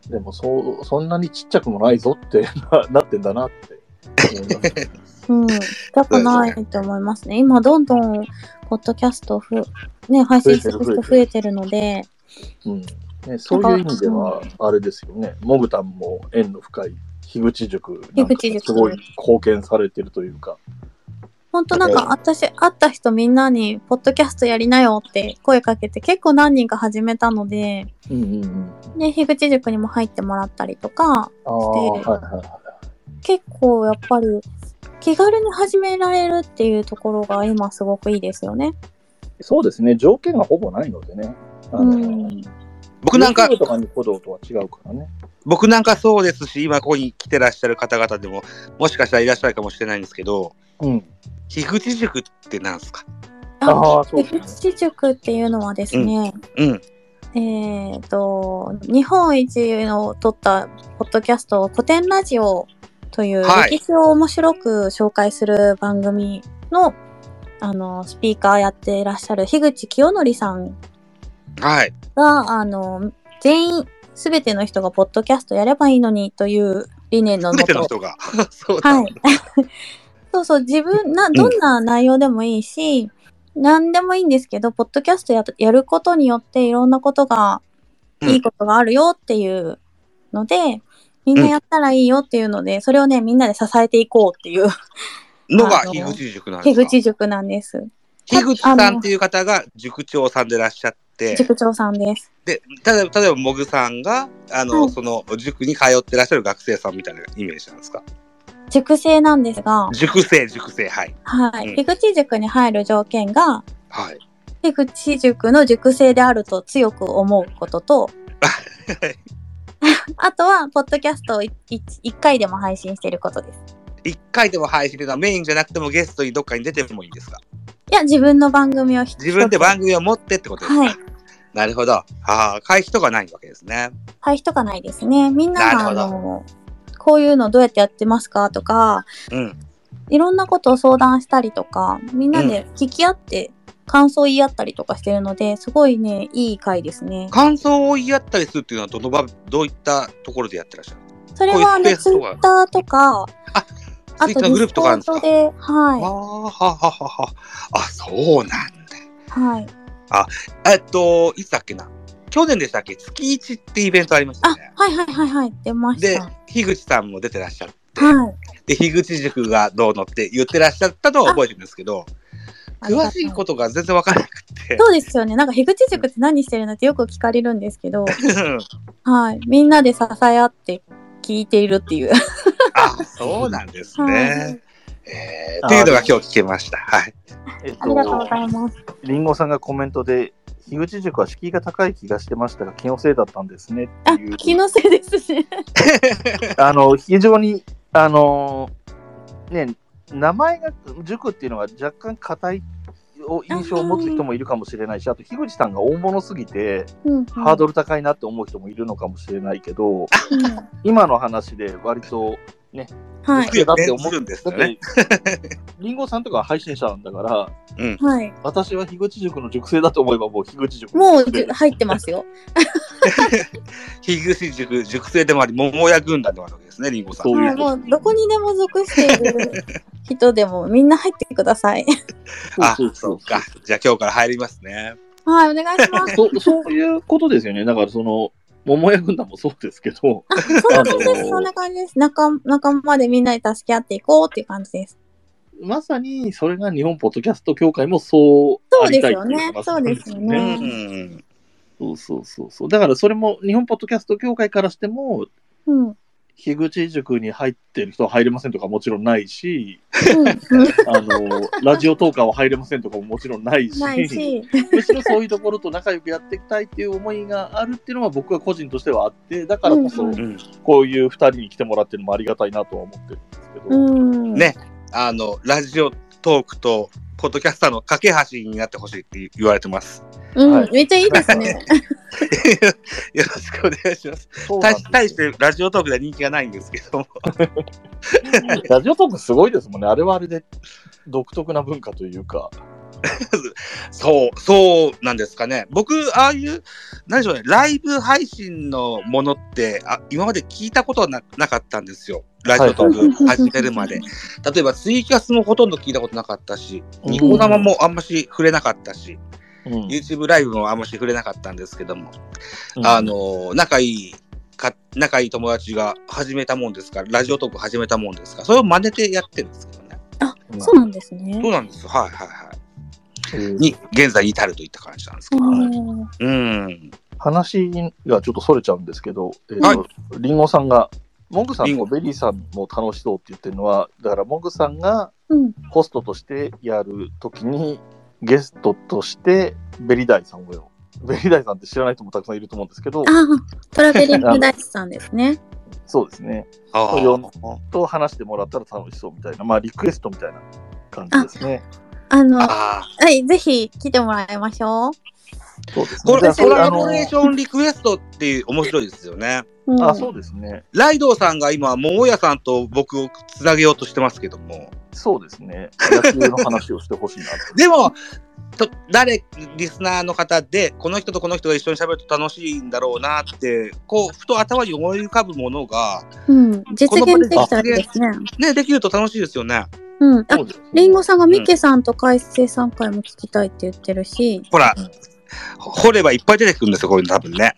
A: でもそう、そんなにちっちゃくもないぞってなってんだなって思います。
E: うん、痛くないと思いますね。今、どんどん、ポッドキャストふ、ね、配信する人増えてるので、
A: うんね、そういう意味では、あれですよね、もぐたんも縁の深い樋口塾なんか
E: 樋口塾
A: すごい貢献されてるというか、
E: 本当なん
A: う
E: か、
A: ん
E: 私、会った人みんなに、ポッドキャストやりなよって声かけて、結構何人か始めたので、
A: うんうんうん、
E: で、樋口塾にも入ってもらったりとか、
A: ああ、はいはいは
E: 結構やっぱり、気軽に始められるっていうところが今すごくいいですよね。
A: い。そうですね、条件がほぼないのでね、あの
E: うん
B: 僕なんか
A: YouTube、とかにほどとは違うからね。
B: 僕なんかそうですし、今ここに来てらっしゃる方々でも、もしかしたらいらっしゃるかもしれないんですけど、
A: うん、
B: 樋口塾ってなんですか
A: ああ、そうです
E: 樋
A: ね。
E: 口塾っていうのはですね、
B: うん。
E: えっ、と、日本一を取ったポッドキャスト、古典ラジオという
B: はい
E: 歴史を面白く紹介する番組の、あの、スピーカーやっていらっしゃる樋口清則さん
B: はい。
E: が、あの、全員、すべての人がポッドキャストやればいいのにという理念の
B: す
E: も
B: べての
E: と、
B: 人が。 そうだ。
E: はい。 そうそう、自分、な、どんな内容でもいいし、何でもいいんですけど、ポッドキャストややることによっていろんなことが、
B: うん
E: いいことがあるよっていうので、みんなやったらいいよっていうので、それをね、みんなで支えていこうっていう、
B: のが
E: あの
B: 樋口塾なんで
E: 樋
B: すか
E: 口塾なんです。
B: 樋口さんっていう方が塾長さんでいらっしゃって、
E: 塾長さんです。
B: で、例えば、例えば、もぐさんが、あの、
E: はい
B: その、塾に通ってらっしゃる学生さんみたいなイメージなんですか
E: 塾生なんですが、
B: 塾生、塾生、はい。
E: は
B: うん
E: い。樋口塾に入る条件が、
B: はい。
E: 樋口塾の塾生であると強く思うこ とと、あとは、ポッドキャストを 1, 回でも配信してることです。
B: 一回でも配信というのはメインじゃなくてもゲストにどっかに出てもいいんですか
E: いや、自分の番組を一つ
B: 自分で番組を持ってってことですか、
E: はい。
B: なるほど。ああ、会費とかないわけですね。
E: 対比とかないですね。みんなが、
B: な
E: あ
B: るほど
E: の、こういうのどうやってやってますかとか、
B: うん。
E: いろんなことを相談したりとか、みんなで聞き合って感想を言い合ったりとかしてるので、すごいね、いい回ですね。
B: 感想を言い合ったりするっていうのはどの場、どういったところでやってらっしゃる
E: それは、
B: こうい
E: ね、
B: うスペ
E: ツ
B: ース
E: イ
B: とか
E: ッターとか、あ
B: ツイッター
E: と
B: のグループとかあるんですか
E: ディスコードで、
B: ああ、
E: は
B: はははは。あ、そうなんだ。
E: い。はい。
B: えっと、いつだっけな去年でしたっけ月一ってイベントありまし
E: あ
B: たね。、
E: はいはいはいはい、出まし
B: で
E: た。、
B: 樋口さんも出てらっしゃって、
E: はい。
B: で、樋口塾がどうのって言ってらっしゃったのは覚えてるんですけど、詳しいことが全然わからなくて。
E: そうですよね。なんか、樋口塾って何してるのってよく聞かれるんですけど、
B: うん
E: はい。みんなで支え合って聞いているっていう。
B: あ、そうなんです
E: は
B: ね。えー、っていうのが今日聞けました。はい。
A: えっ
E: ありがとうございます。
A: りんごさんがコメントで、樋口塾は敷居が高い気がしてましたが、気のせいだったんですねって
E: あ
A: いう、。
E: 気のせいですね。
A: あの非常に、あのね、名前が塾っていうのが若干硬いを印象を持つ人もいるかもしれないし、あと樋口さんが大物すぎて、
E: うん、
A: ハードル高いなって思う人もいるのかもしれないけど、
E: うん
A: 今の話で割と、
E: はい。
A: だって
B: 思うんです
A: だ
B: よ
A: っ
B: ね。
A: て、りんごさんとかは配信者なんだから、
E: はい。
A: 私は樋口塾の塾生だと思えば、もう樋口塾
E: も
A: の
E: う
A: 塾
E: じ
A: 生
E: ゅ入ってますよ。
B: 樋口塾、塾生でもあり、桃屋軍団でもあるわけですね、リンゴさん。
A: そう
E: は
A: いう
E: い、もうどこにでも属している人でもみんな入ってください。
B: あ、
A: そう
B: そ
A: そうう
B: か。じゃあ今日から入りますね。
E: はい、お願いします。
A: そう そういうことですよね。だから、その、桃屋軍団もそうですけど、
E: あ、そんな感じで
A: あの
E: す。
A: ー
E: そんな感じです。仲仲間でみんなで助け合っていこうっていう感じです。
A: まさにそれが日本ポッドキャスト協会もそう
E: そ
A: あ
E: うで
A: りた
E: す
A: いって
E: よね
A: いう話なん
E: そう
B: う
E: ですよね
B: ん。
A: そうそうそうそう。だからそれも日本ポッドキャスト協会からしても、
E: うん。 うん。
A: 樋口塾に入ってる人は入れませんとかもちろんないし、
E: う
A: あのラジオトーカーは入れませんとかももちろんない
E: ん
A: し、
E: ないし。
A: むしろそういうところと仲良くやっていきたいっていう思いがあるっていうのは僕は個人としてはあって、だからこそ
E: うんう
B: うん。
A: こういう2人に来てもらってるのもありがたいなとは思ってるんですけど。
E: うん。
B: ねあの、ラジオトークと、ポッドキャスターの架け橋になってほしいって言われてます。
E: うん、
A: はい
E: めっちゃいいですね。
B: よろしくお願いします。
A: そうなん
B: 対
A: です
B: し
A: よ
B: 対してラジオトークでは人気がないんですけども。
A: ラジオトークすごいですもんね。あれはあれで独特な文化というか。
B: そう、そうなんですかね。僕、ああいう、何でしょうね、ライブ配信のものって、あ今まで聞いたことななかったんですよ。ラジオトーク始めるまで。例えば、ツイキャスもほとんど聞いたことなかったし、
A: うん
B: ニコ生もあんまし触れなかったし、
A: うん、
B: YouTube ライブもあんまし触れなかったんですけども、あの、仲いい、か仲いい友達が始めたもんですから、ラジオトーク始めたもんですから、それを真似てやってるんですけどね。
A: うん
E: そうなんですね
B: そう。なんですよ。はいはいはい。
A: うん
B: に、現在に至るといった感じなんですけども。
E: うん
B: うん。
A: 話がちょっとそれちゃうんですけど、えー
B: はい
A: リンゴさんが、モグさん
B: リン
A: も
B: ゴ
A: ベリーさんも楽しそうって言ってるのは、だからモグさんが
E: うん。
A: ホストとしてやるときに、ゲストとしてベリーダイさんをよ。ベリーダイさんって知らない人もたくさんいると思うんですけど
E: あ、あ、トラベリングダイスさんで すね。
A: そうですね。
B: あ
A: そうよ
B: あ。
A: と話してもらったら楽しそうみたいな、まあリクエストみたいな感じですね。
E: あの、は
B: ああ
E: い、ぜひ来てもらいましょう。
A: そうですね。じ
B: こ
A: ゃ
B: れ
A: あそれ
B: コ
A: あ
B: ラ
A: の
B: ボレーションリクエストって面白いですよね。
E: うん、
A: あ、そうですね。
B: ライドウさんが今、桃屋さんと僕をつなげようとしてますけども。
A: そうですね。野球の話をしてほしいなと
B: でも、と誰、リスナーの方で、この人とこの人が一緒に喋ると楽しいんだろうなって、こう、ふと頭に思い浮かぶものが、
E: うん、実現できたらいいですね。
B: ね、できると楽しいですよね。
E: うん。あ
A: そ、うですね。
E: リンゴさんがミッケさんと海星さん回も聞きたいって言ってるし、
B: ほら
A: うん、
B: 掘ればいっぱい出てくるんですよ、こういうの多分ね。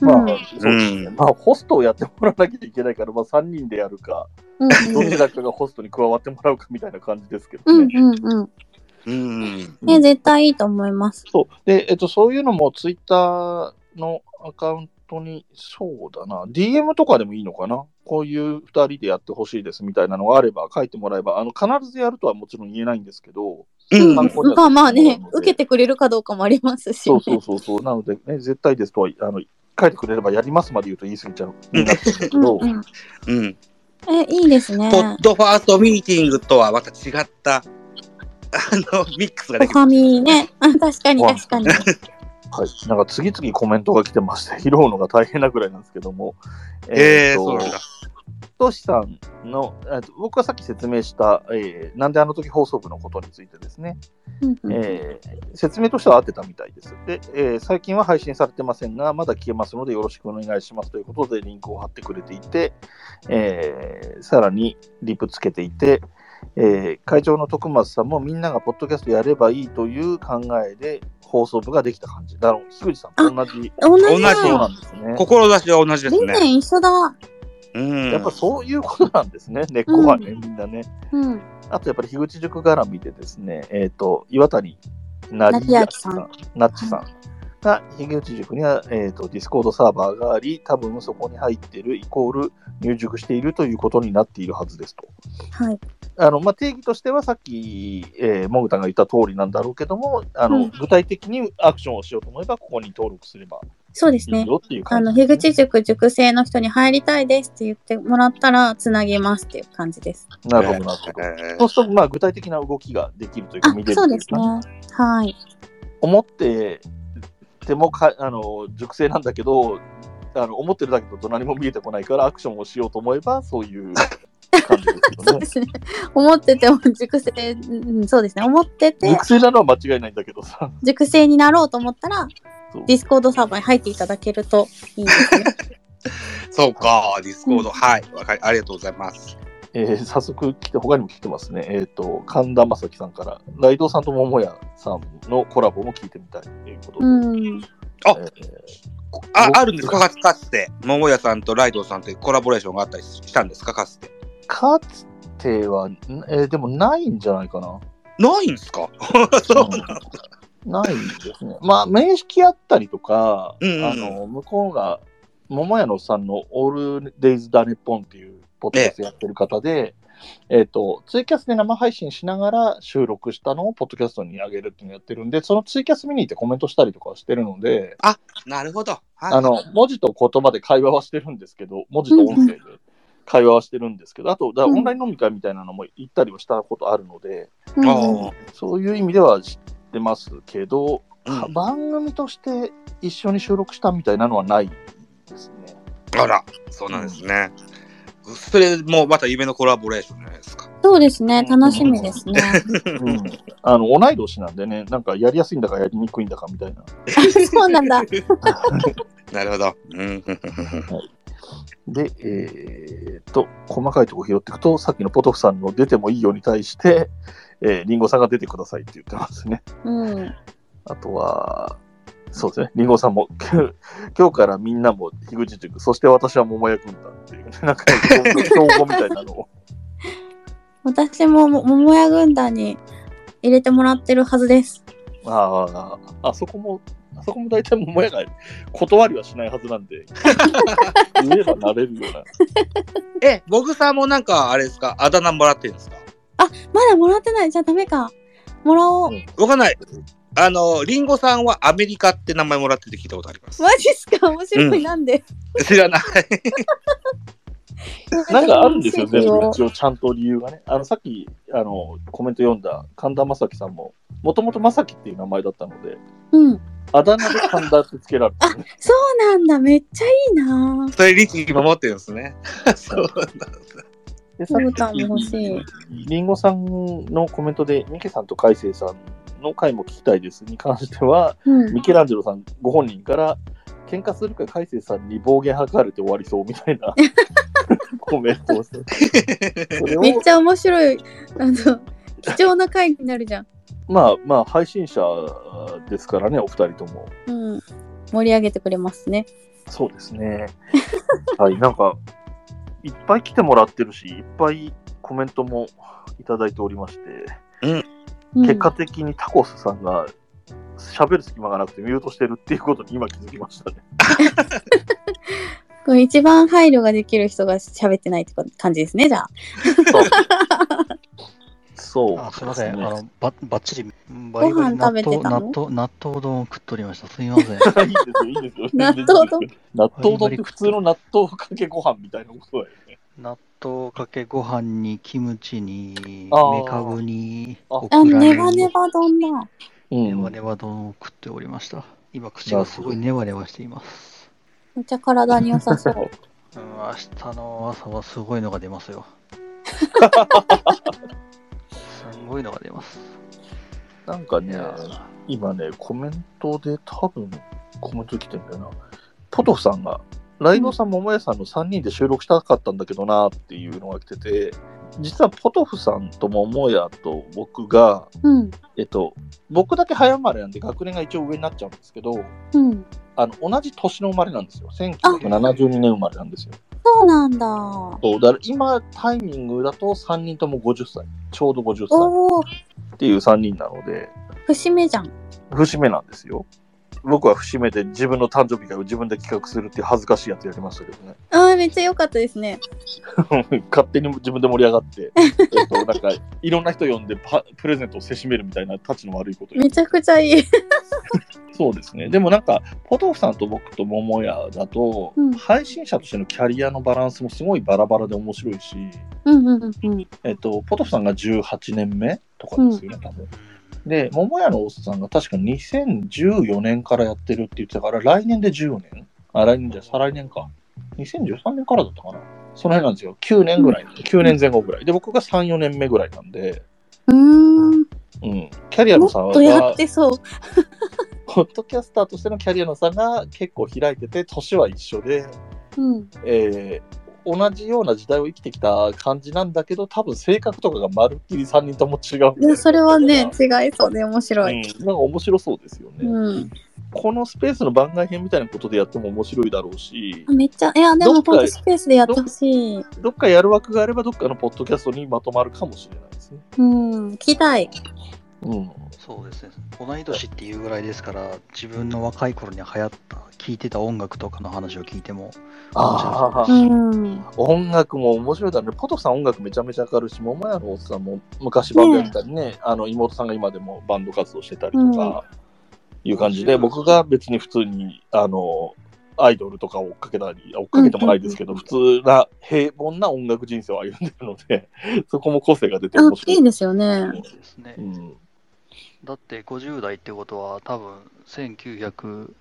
E: う
A: まあ、
E: ん、、
A: そううん
E: う
A: ですね。まあ、ホストをやってもらわなきゃいけないから、まあ、3人でやるか、 ど
E: ん
A: ちらかがホストに加わってもらうかみたいな感じですけどね。
E: うん、うん、うん。
B: うん。
E: ね、絶対いいと思います。
A: そう。で、えっと、そういうのも、ツイッターのアカウントに、そうだな、DM とかでもいいのかな。こういう2人でやってほしいですみたいなのがあれば、書いてもらえば、あの必ずやるとはもちろん言えないんですけど、
B: うん
A: 参考には
E: まあまあ
A: なる
E: ね
A: の、で
E: 受けてくれるかどうかもありますし、
A: そうそうそうそう、なので、ね、絶対ですとは、あの書いてくれればやりますまで言うと言い過ぎちゃう。になっちゃうんだけど
E: うんうん
B: うん。
E: え、いいですね
B: ポ。ッドファーストミーティングとはまた違った、あの、ミックスが
E: お
B: できる。
E: かみね。あ確かに
A: はい
E: 確かに。
A: はい、なんか次々コメントが来てまして、拾うのが大変なぐらいなんですけども、
B: ええ
A: ーと
B: そうなんだ。
A: としさんの、えーと僕がさっき説明した、えーなんであの時放送部のことについてですね、
E: うんうん
A: えー説明としては合ってたみたいです。で、えー最近は配信されてませんが、まだ消えますのでよろしくお願いしますということでリンクを貼ってくれていて、えーさらにリプつけていて、えー会長の徳松さんもみんながポッドキャストやればいいという考えで放送部ができた感じ。だろう、樋口さんと同じ。
E: 同じ
B: 同
A: そう
B: じ
E: だ。
A: なんですね。
B: 志は同じです
E: 理
B: ね。
E: 念一緒だ。
B: うん。
A: やっぱそういうことなんですね、根っこはね、みんなね。
E: うん。
A: あとやっぱり樋口塾絡みでですね、えっ、と、岩谷成明さ
E: 成
A: ん、なっちさんが、樋口塾には、えっ、と、ディスコードサーバーがあり、多分そこに入っている、イコール入塾しているということになっているはずですと。
E: はい。
A: あの、まあ、定義としてはさっき、えー、モグタンが言った通りなんだろうけども、あの、
E: うん
A: 具体的にアクションをしようと思えば、ここに登録すれば
E: そうです
A: いい
E: ね。
A: よっていう
E: あ
A: 感
E: の、
A: じですね、
E: 樋口塾塾生の人に入りたいですって言ってもらったら、つなげますっていう感じです。
A: なるほど、なるほど。そ
B: え
A: う
B: ー
A: すると、まあ、具体的な動きができるという
E: あ
A: か、見れ、るという
E: そ
A: うか
E: ですね。はい。
A: 思っててもかあの熟成なんだけどあの思ってるだけだと何も見えてこないからアクションをしようと思えばそういう感じです よ
E: そう
A: ね
E: で。すね。思ってても熟成、うん、そうですね。思ってて
A: 熟成なのは間違いないんだけどさ。
E: 熟成になろうと思ったら
A: そう、
E: ディスコードサーバーに入っていただけるといいですね。
B: そうか、ディスコード。はい。わかり、ありがとうございます。
A: えー早速来て、他にも来てますね。えっ、と、神田正輝さんから、ライドさんと桃屋さんのコラボも聞いてみたいということで。
E: うん。
B: あ
A: えー
B: あ、
A: 僕
B: あるんですかかつかつて、桃屋さんとライドウさんってコラボレーションがあったりしたんですかかつて。
A: かつては、んえーでもないんじゃないかな。
B: ないんですか そうなんだ。
A: ないですね。まあ、面識あったりとか、
B: うんうんうん
A: あの向こうが、桃屋のおっさんのオールデイズ・ダ・ネッポンっていうポッドキャストやってる方で、えっ、と、ツイキャスで生配信しながら収録したのをポッドキャストに上げるっていうのをやってるんで、そのツイキャス見に行ってコメントしたりとかはしてるので、
B: なるほど。はい
A: あの、文字と言葉で会話はしてるんですけど、文字と音声で会話はしてるんですけど、あと、だからオンライン飲み会みたいなのも行ったりはしたことあるので、
E: うん
B: あ
A: そういう意味では知ってますけど、
B: ーうん
A: 番組として一緒に収録したみたいなのはないですね。
B: あら、そうなんですね。それもまた夢のコラボレーションじゃないですか。
E: そうですね。楽しみですね。
A: うん、あの同い年なんでね、なんかやりやすいんだかやりにくいんだかみたいな。
E: そうなんだ。
B: なるほど。うん。
A: で、えーっと、細かいとこ拾っていくと、さっきのポトフさんの出てもいいよに対して、えーリンゴさんが出てくださいって言ってますね。
E: うん。
A: あとは、そうですね、リンゴさんも、 今日今日からみんなも樋口塾、そして私は桃屋軍団っていう、ね、なんか、競合みたいなのを。
E: 私もも桃屋軍団に入れてもらってるはずです。
A: ああ、あそこも、あそこも大体桃屋が断りはしないはずなん で、言えばなれるような。
B: え、ボグさんもなんか、あれですか、あだ名もらってるんですか
E: まだもらってない。じゃあダメか。もらおう。
B: わかんない。あの、リンゴさんはアメリカって名前もらってて聞いたことあります。
E: マジっすか面白い。なんで、
B: 知らない。
A: なんかあるんですよ、全部
E: 教えて
A: 一応ちゃんと理由がね。あの、さっき、あの、コメント読んだ神田正輝さんも、もともと正輝っていう名前だったので、
E: うん。
A: あだ名で神田ってつけら れてる、
E: そうなんだ。めっちゃいいな。
B: それ、リチ守ってるんですね。そうなんだ。
A: で、
E: ボタンも欲しい。
A: りんごさんのコメントで、ミケさんと海星さんの回も聞きたいですに関しては、
E: うん。
A: ミケランジェロさんご本人から、喧嘩するか海星さんに暴言吐かれて終わりそうみたい なコメントをして、それ
E: めっ
A: を
E: ちゃ面白い。あの、貴重な回になるじゃん。
A: まあまあ配信者ですからね、お二人とも。
E: うん。盛り上げてくれますね。
A: そうです ね。はい、なんか、いっぱい来てもらってるし、いっぱいコメントもいただいておりまして、
E: うん、
A: 結果的にタコスさんが喋る隙間がなくてミュートしてるっていうことに今気づきましたね。
E: これ一番配慮ができる人が喋ってないって感じですね、じゃあ。
A: そう
D: あすいません、あ
A: ね。
D: のばばっちりバリバリ
E: ご飯食
D: 納
E: べて
D: 豆
E: たの
D: 納豆納豆丼を食っておりました。すいません。
A: いいですよ、いいですよ。
E: 納豆丼
A: 納豆丼って普通の納豆かけご飯みたいなことだよね。
D: 納豆かけご飯にキムチに
A: あー
D: メカブに
A: あ
D: オクラ
E: あ、
D: に
E: ネバネバ丼だ。
D: ネバネ
A: う
D: バ丼を食っておりました。今口がすごいネバネバしています。
E: めっちゃ体に良さ そう。
D: うん、明日の朝はすごいのが出ますよ。 すごいのが出ます。
A: なんか
D: い
A: ね、
D: や
A: 今ね、コメントで多分コメント来てんだよな。ポトフさんが、ライドさん、桃屋さんの3人で収録したかったんだけどなっていうのが来てて、実はポトフさんと桃屋と僕が、
E: うん。
A: えっと、僕だけ早生まれなんで学年が一応上になっちゃうんですけど、
E: うん。
A: あの同じ年の生まれなんですよ。1972年生まれなんですよ。
E: そうなんだ。
A: そうだから今、タイミングだと3人とも50歳、ちょうど50歳
E: おお、
A: っていう3人なので、
E: 節目じゃん。
A: 節目なんですよ。僕は節目で自分の誕生日会を自分で企画するっていう恥ずかしいやつやりましたけどね。
E: あーめっちゃ良かったですね。
A: 勝手に自分で盛り上がって、えっと、なんかいろんな人呼んでパプレゼントをせしめるみたいなたちの悪いことや
E: めちゃくちゃいい。
A: そうですね。でもなんか、ポトフさんと僕と桃屋だと、
E: うん
A: 配信者としてのキャリアのバランスもすごいバラバラで面白いし、
E: うんうんうん
A: えっと、ポトフさんが18年目とかですよね、多分。で、桃屋のおっさんが確か2014年からやってるって言ってたから、来年で14年あ、来年じゃ、再来年か。2013年からだったかな。その辺なんですよ。9年ぐらい。9年前後ぐらい。で、僕が3、4年目ぐらいなんで、
E: うん。う
A: うん。キャリ
E: ー
A: ア
E: ん。
A: の
E: も
A: 差
E: っとや
A: が
E: っ、てそう。
A: ポッドキャスターとしてのキャリアの差が結構開いてて、年は一緒で、
E: うん。
A: えー同じような時代を生きてきた感じなんだけど、多分性格とかがまるっきり3人とも違う。
E: いやそれはね、違いそうで面
A: うん、
E: 白。
A: ないんか面白そうですよね。
E: うん。
A: このスペースの番外編みたいなことでやっても面白いだろうし
E: あ、めっちゃ、いや、でも
A: どっか
E: ポンとスペースでやってほしい。
A: どっかやる枠があれば、どっかのポッドキャストにまとまるかもしれないですね。
E: うん。聞きたい。
A: うん。
D: そうですね。同い年っていうぐらいですから、自分の若い頃に流行った、聴いてた音楽とかの話を聞いても、
A: あ
E: う
A: あ、
E: ん。
A: 音楽も面白いだろうね。ポトフさん音楽めちゃめちゃ明るいし、桃屋のおっさんも昔バンドやったりね、あの妹さんが今でもバンド活動してたりとか、いう感じで、
D: 面白い
A: 僕が別に普通に、あの、アイドルとかを追っかけたり、追っかけてもないですけど、
E: うんうん
A: 普通な平凡な音楽人生を歩んでるので、 そこも個性が出て
E: あ
A: 面、白い。
E: いいですよね。
D: そうですね。
A: うん
D: だって50代ってことは多分1995、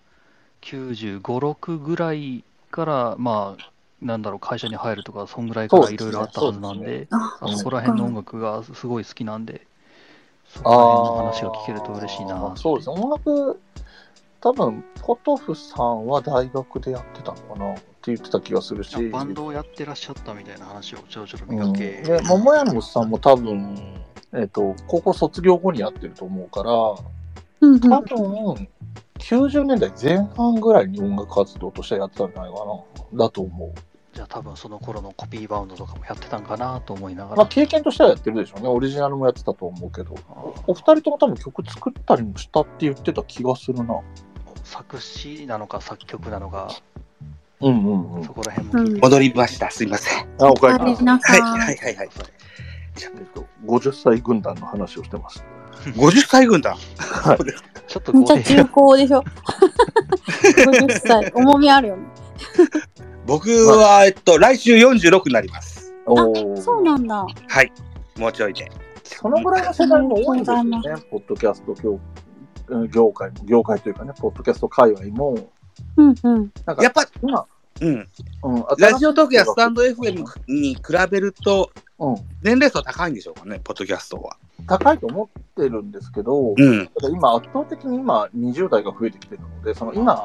D: 6ぐらいからまあなんだろう、会社に入るとか、そんぐらいからいろいろあったはずなん
A: そう
D: で、
E: あ
D: あそこら辺の音楽がすごい好きなんで、そこら辺の話が聞けると嬉しいな
A: あー。そうですね。音楽、多分、ポトフさんは大学でやってたのかなって言ってた気がするし。
D: バンドをやってらっしゃったみたいな話をちょろちょろ
A: う
D: 見か
A: ん、
D: け、
A: で、桃屋のおっさんも多分、えっ、と、高校卒業後にやってると思うから、
E: うんうん
A: 多分、90年代前半ぐらいに音楽活動としてやってたんじゃないかな。だと思う。
D: じゃあ多分その頃のコピーバウンドとかもやってたんかなと思いなが
A: まあ、
D: ら、
A: 経験としてはやってるでしょうね。オリジナルもやってたと思うけど。お二人とも多分曲作ったりもしたって言ってた気がするな。
D: 作詞なのか作曲なのか、
A: うんうんうん
D: そ。こら辺も聞いてみて
B: 戻りました。すいません。
A: あ、おかえり
E: あ
A: な
E: れ
A: さい
B: は
E: な
B: い、
E: さ。
B: はいい、はい、はい。
A: えっと、50歳軍団の話をしてます。
B: 50歳軍団。
A: はい
B: そうです
D: ちょっと
E: めっち
D: 豪
E: ゃ重厚で
D: 邸
E: しょ。50歳。重みあるよね。
B: 僕は、えっと、来週46になります。
A: お
E: そうなんだ。
B: はい。もうちょいで。
A: そのぐらいの世代も多いんですよね、ポッドキャスト業うん業界も、業界というかね、ポッドキャスト界隈も、
E: うんうん。
A: なん
B: やっ
A: か
B: ぱ、
A: 今、
B: うん。
A: うん、
B: ラジオトークやスタンド FM に比べると、
A: うん、
B: 年齢層高いんでしょうかね、ポッドキャストは。
A: 高いと思ってるんですけど、
B: うん。
A: ただ今、圧倒的に今、20代が増えてきてるので、その今、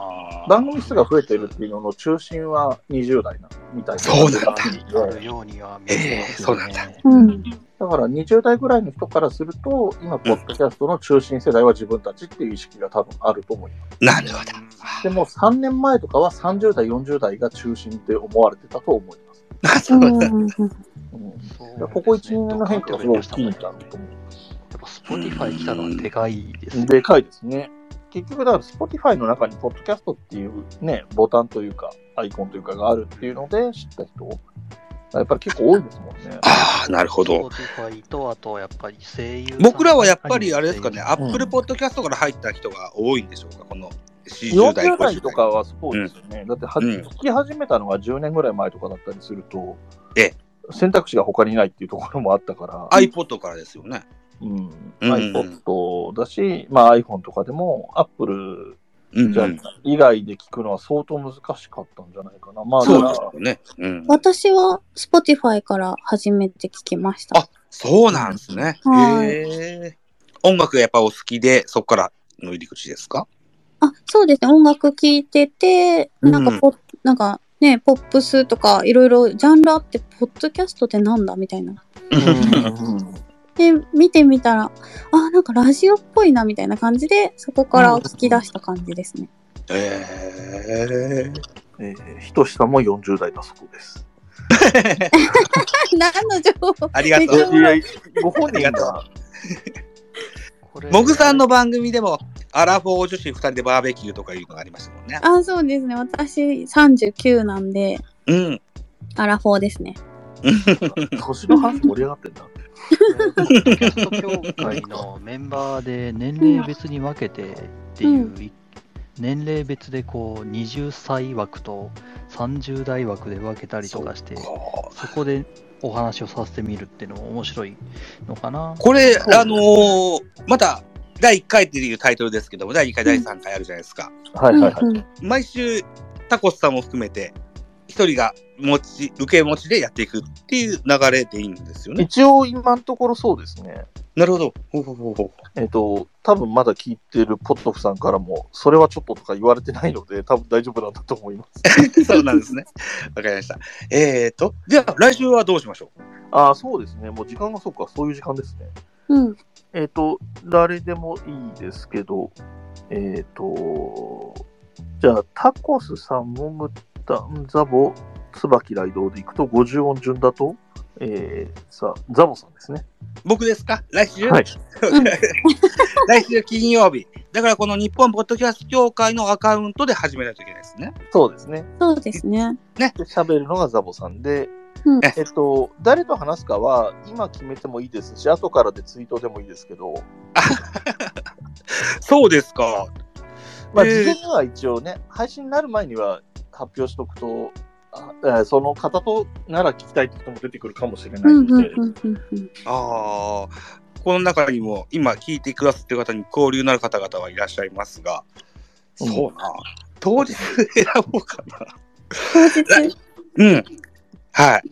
A: 番組数が増えてるっていうのの中心は20代なみたいな
B: そうなんだ
D: あるようには見えますよね
B: えーそうな
E: うん。
A: だから20代ぐらいの人からすると、今、ポッドキャストの中心世代は自分たちっていう意識が多分あると思います。
B: なるほど。
A: でも3年前とかは30代、40代が中心って思われてたと思います。
B: あ、そううなん
E: ん
B: だ。
E: うん
A: うん、だ
D: そう
A: からここ1、2年の変化がすごい大きいんだ
D: や
A: と
D: っ
A: 思
D: ぱ Spotify 来たのはでかいです
A: う。
D: ね。
A: でかいですね。結局、だから Spotify の中に、ポッドキャストっていうね、ボタンというか、アイコンというかがあるっていうので知った人、やっぱり結構多いですもんね。
B: ああ、なるほど。
D: Spotify と、あとやっぱり声優さん。
B: 僕らはやっぱりあれですかね、ア
A: ん
B: ップルポッドキャストから入った人が多いんでしょうか、この40代、
A: 40
B: 50代
A: 代とか。はそうですよね。だっては、
B: うん
A: 聞き始めたのが10年ぐらい前とかだったりすると、
B: ええ
A: 選択肢が他にないっていうところもあったから、
B: iPod からですよね。
A: うん、
B: うん
A: iPod だし、まあ、iPhone とかでも Apple
B: うん、
A: じ
B: う
A: ゃ
B: ん。
A: 以外で聞くのは相当難しかったんじゃないかな。まあ、
B: そう
A: だ
B: で
A: か
B: す
A: ら
B: よね。うん。
E: 私は Spotify から初めて聞きました。
B: あそうなんですね。
E: はい
B: へえ。音楽がやっぱお好きで、そこからの入り口ですか
E: あ、そうですね。音楽聴いてて、なん
B: うん
E: かポッ、なんかね、ポップスとかいろいろジャンルあって、ポッドキャストってなんだみたいな。
A: うん
E: で、見てみたら、あ、なんかラジオっぽいなみたいな感じで、そこから聞き出した感じですね。
B: ええ。
A: えーひとしさんも40代だそうです。
E: 何の情報
B: ありがと
E: めっ
B: う
E: ち。ゃ
A: ご本人
B: ありがと
A: が、
D: これ
B: モグさんの番組でも、アラフォー女子2人でバーベキューとかいうのがありましたもんね。
E: あ、そうですね。私39なんで、
B: うん。
E: アラフォーですね。
A: 年の半盛り上がってんだ。
D: ポッドキャスト協会のメンバーで年齢別に分けてっていう、
E: う
D: 年齢別でこう20歳枠と30代枠で分けたりとかしてそ
B: こ
D: こでお話をさせてみるっていうのも面白いのかな
B: これ、
A: そう
B: あのーまた、第1回っていうタイトルですけども、第2回、第3回あるじゃないですか。
A: はいはいはい。
E: うんうん
B: 毎週、タコスさんも含めて、一人が持ち、受け持ちでやっていくっていう流れでいいんですよね。
A: 一応今のところそうですね。
B: なるほど。ほうほうほうほう
A: えっ、と、多分まだ聞いてるポットフさんからも、それはちょっととか言われてないので、多分大丈夫なんだと思います。
B: そうなんですね。わかりました。えーと、じゃあ来週はどうしましょう
A: ああ、そうですね。もう時間がそうか、そういう時間ですね。
E: うん。
A: えっ、と、誰でもいいですけど、えっ、と、じゃあ、タコスさん、モグタン、ザボ、椿ライドでいくと、50音順だと、えー、さあ、ザボさんですね。
B: 僕ですか来週、
A: はい。
B: 来週金曜日。だからこの日本ポッドキャスト協会のアカウントで始めないといけないですね。
A: そうですね。
E: そうですね。
A: で喋るのがザボさんで、
E: うん
A: えっと、誰と話すかは今決めてもいいですし、後からでツイートでもいいですけど、
B: そうですか。
A: まあ、
B: えー
A: 事前には一応ね、配信になる前には発表しとくと、あえーその方となら聞きたいって人も出てくるかもしれな
E: う
A: い
E: んう
A: の
E: ん
A: で、
E: うんうんうん。
B: ああ、この中にも今聞いてくださってる方に交流のある方々はいらっしゃいますが、
A: うん
B: そうな。当日選ぼうかな。
E: 当日。
B: うん。はい。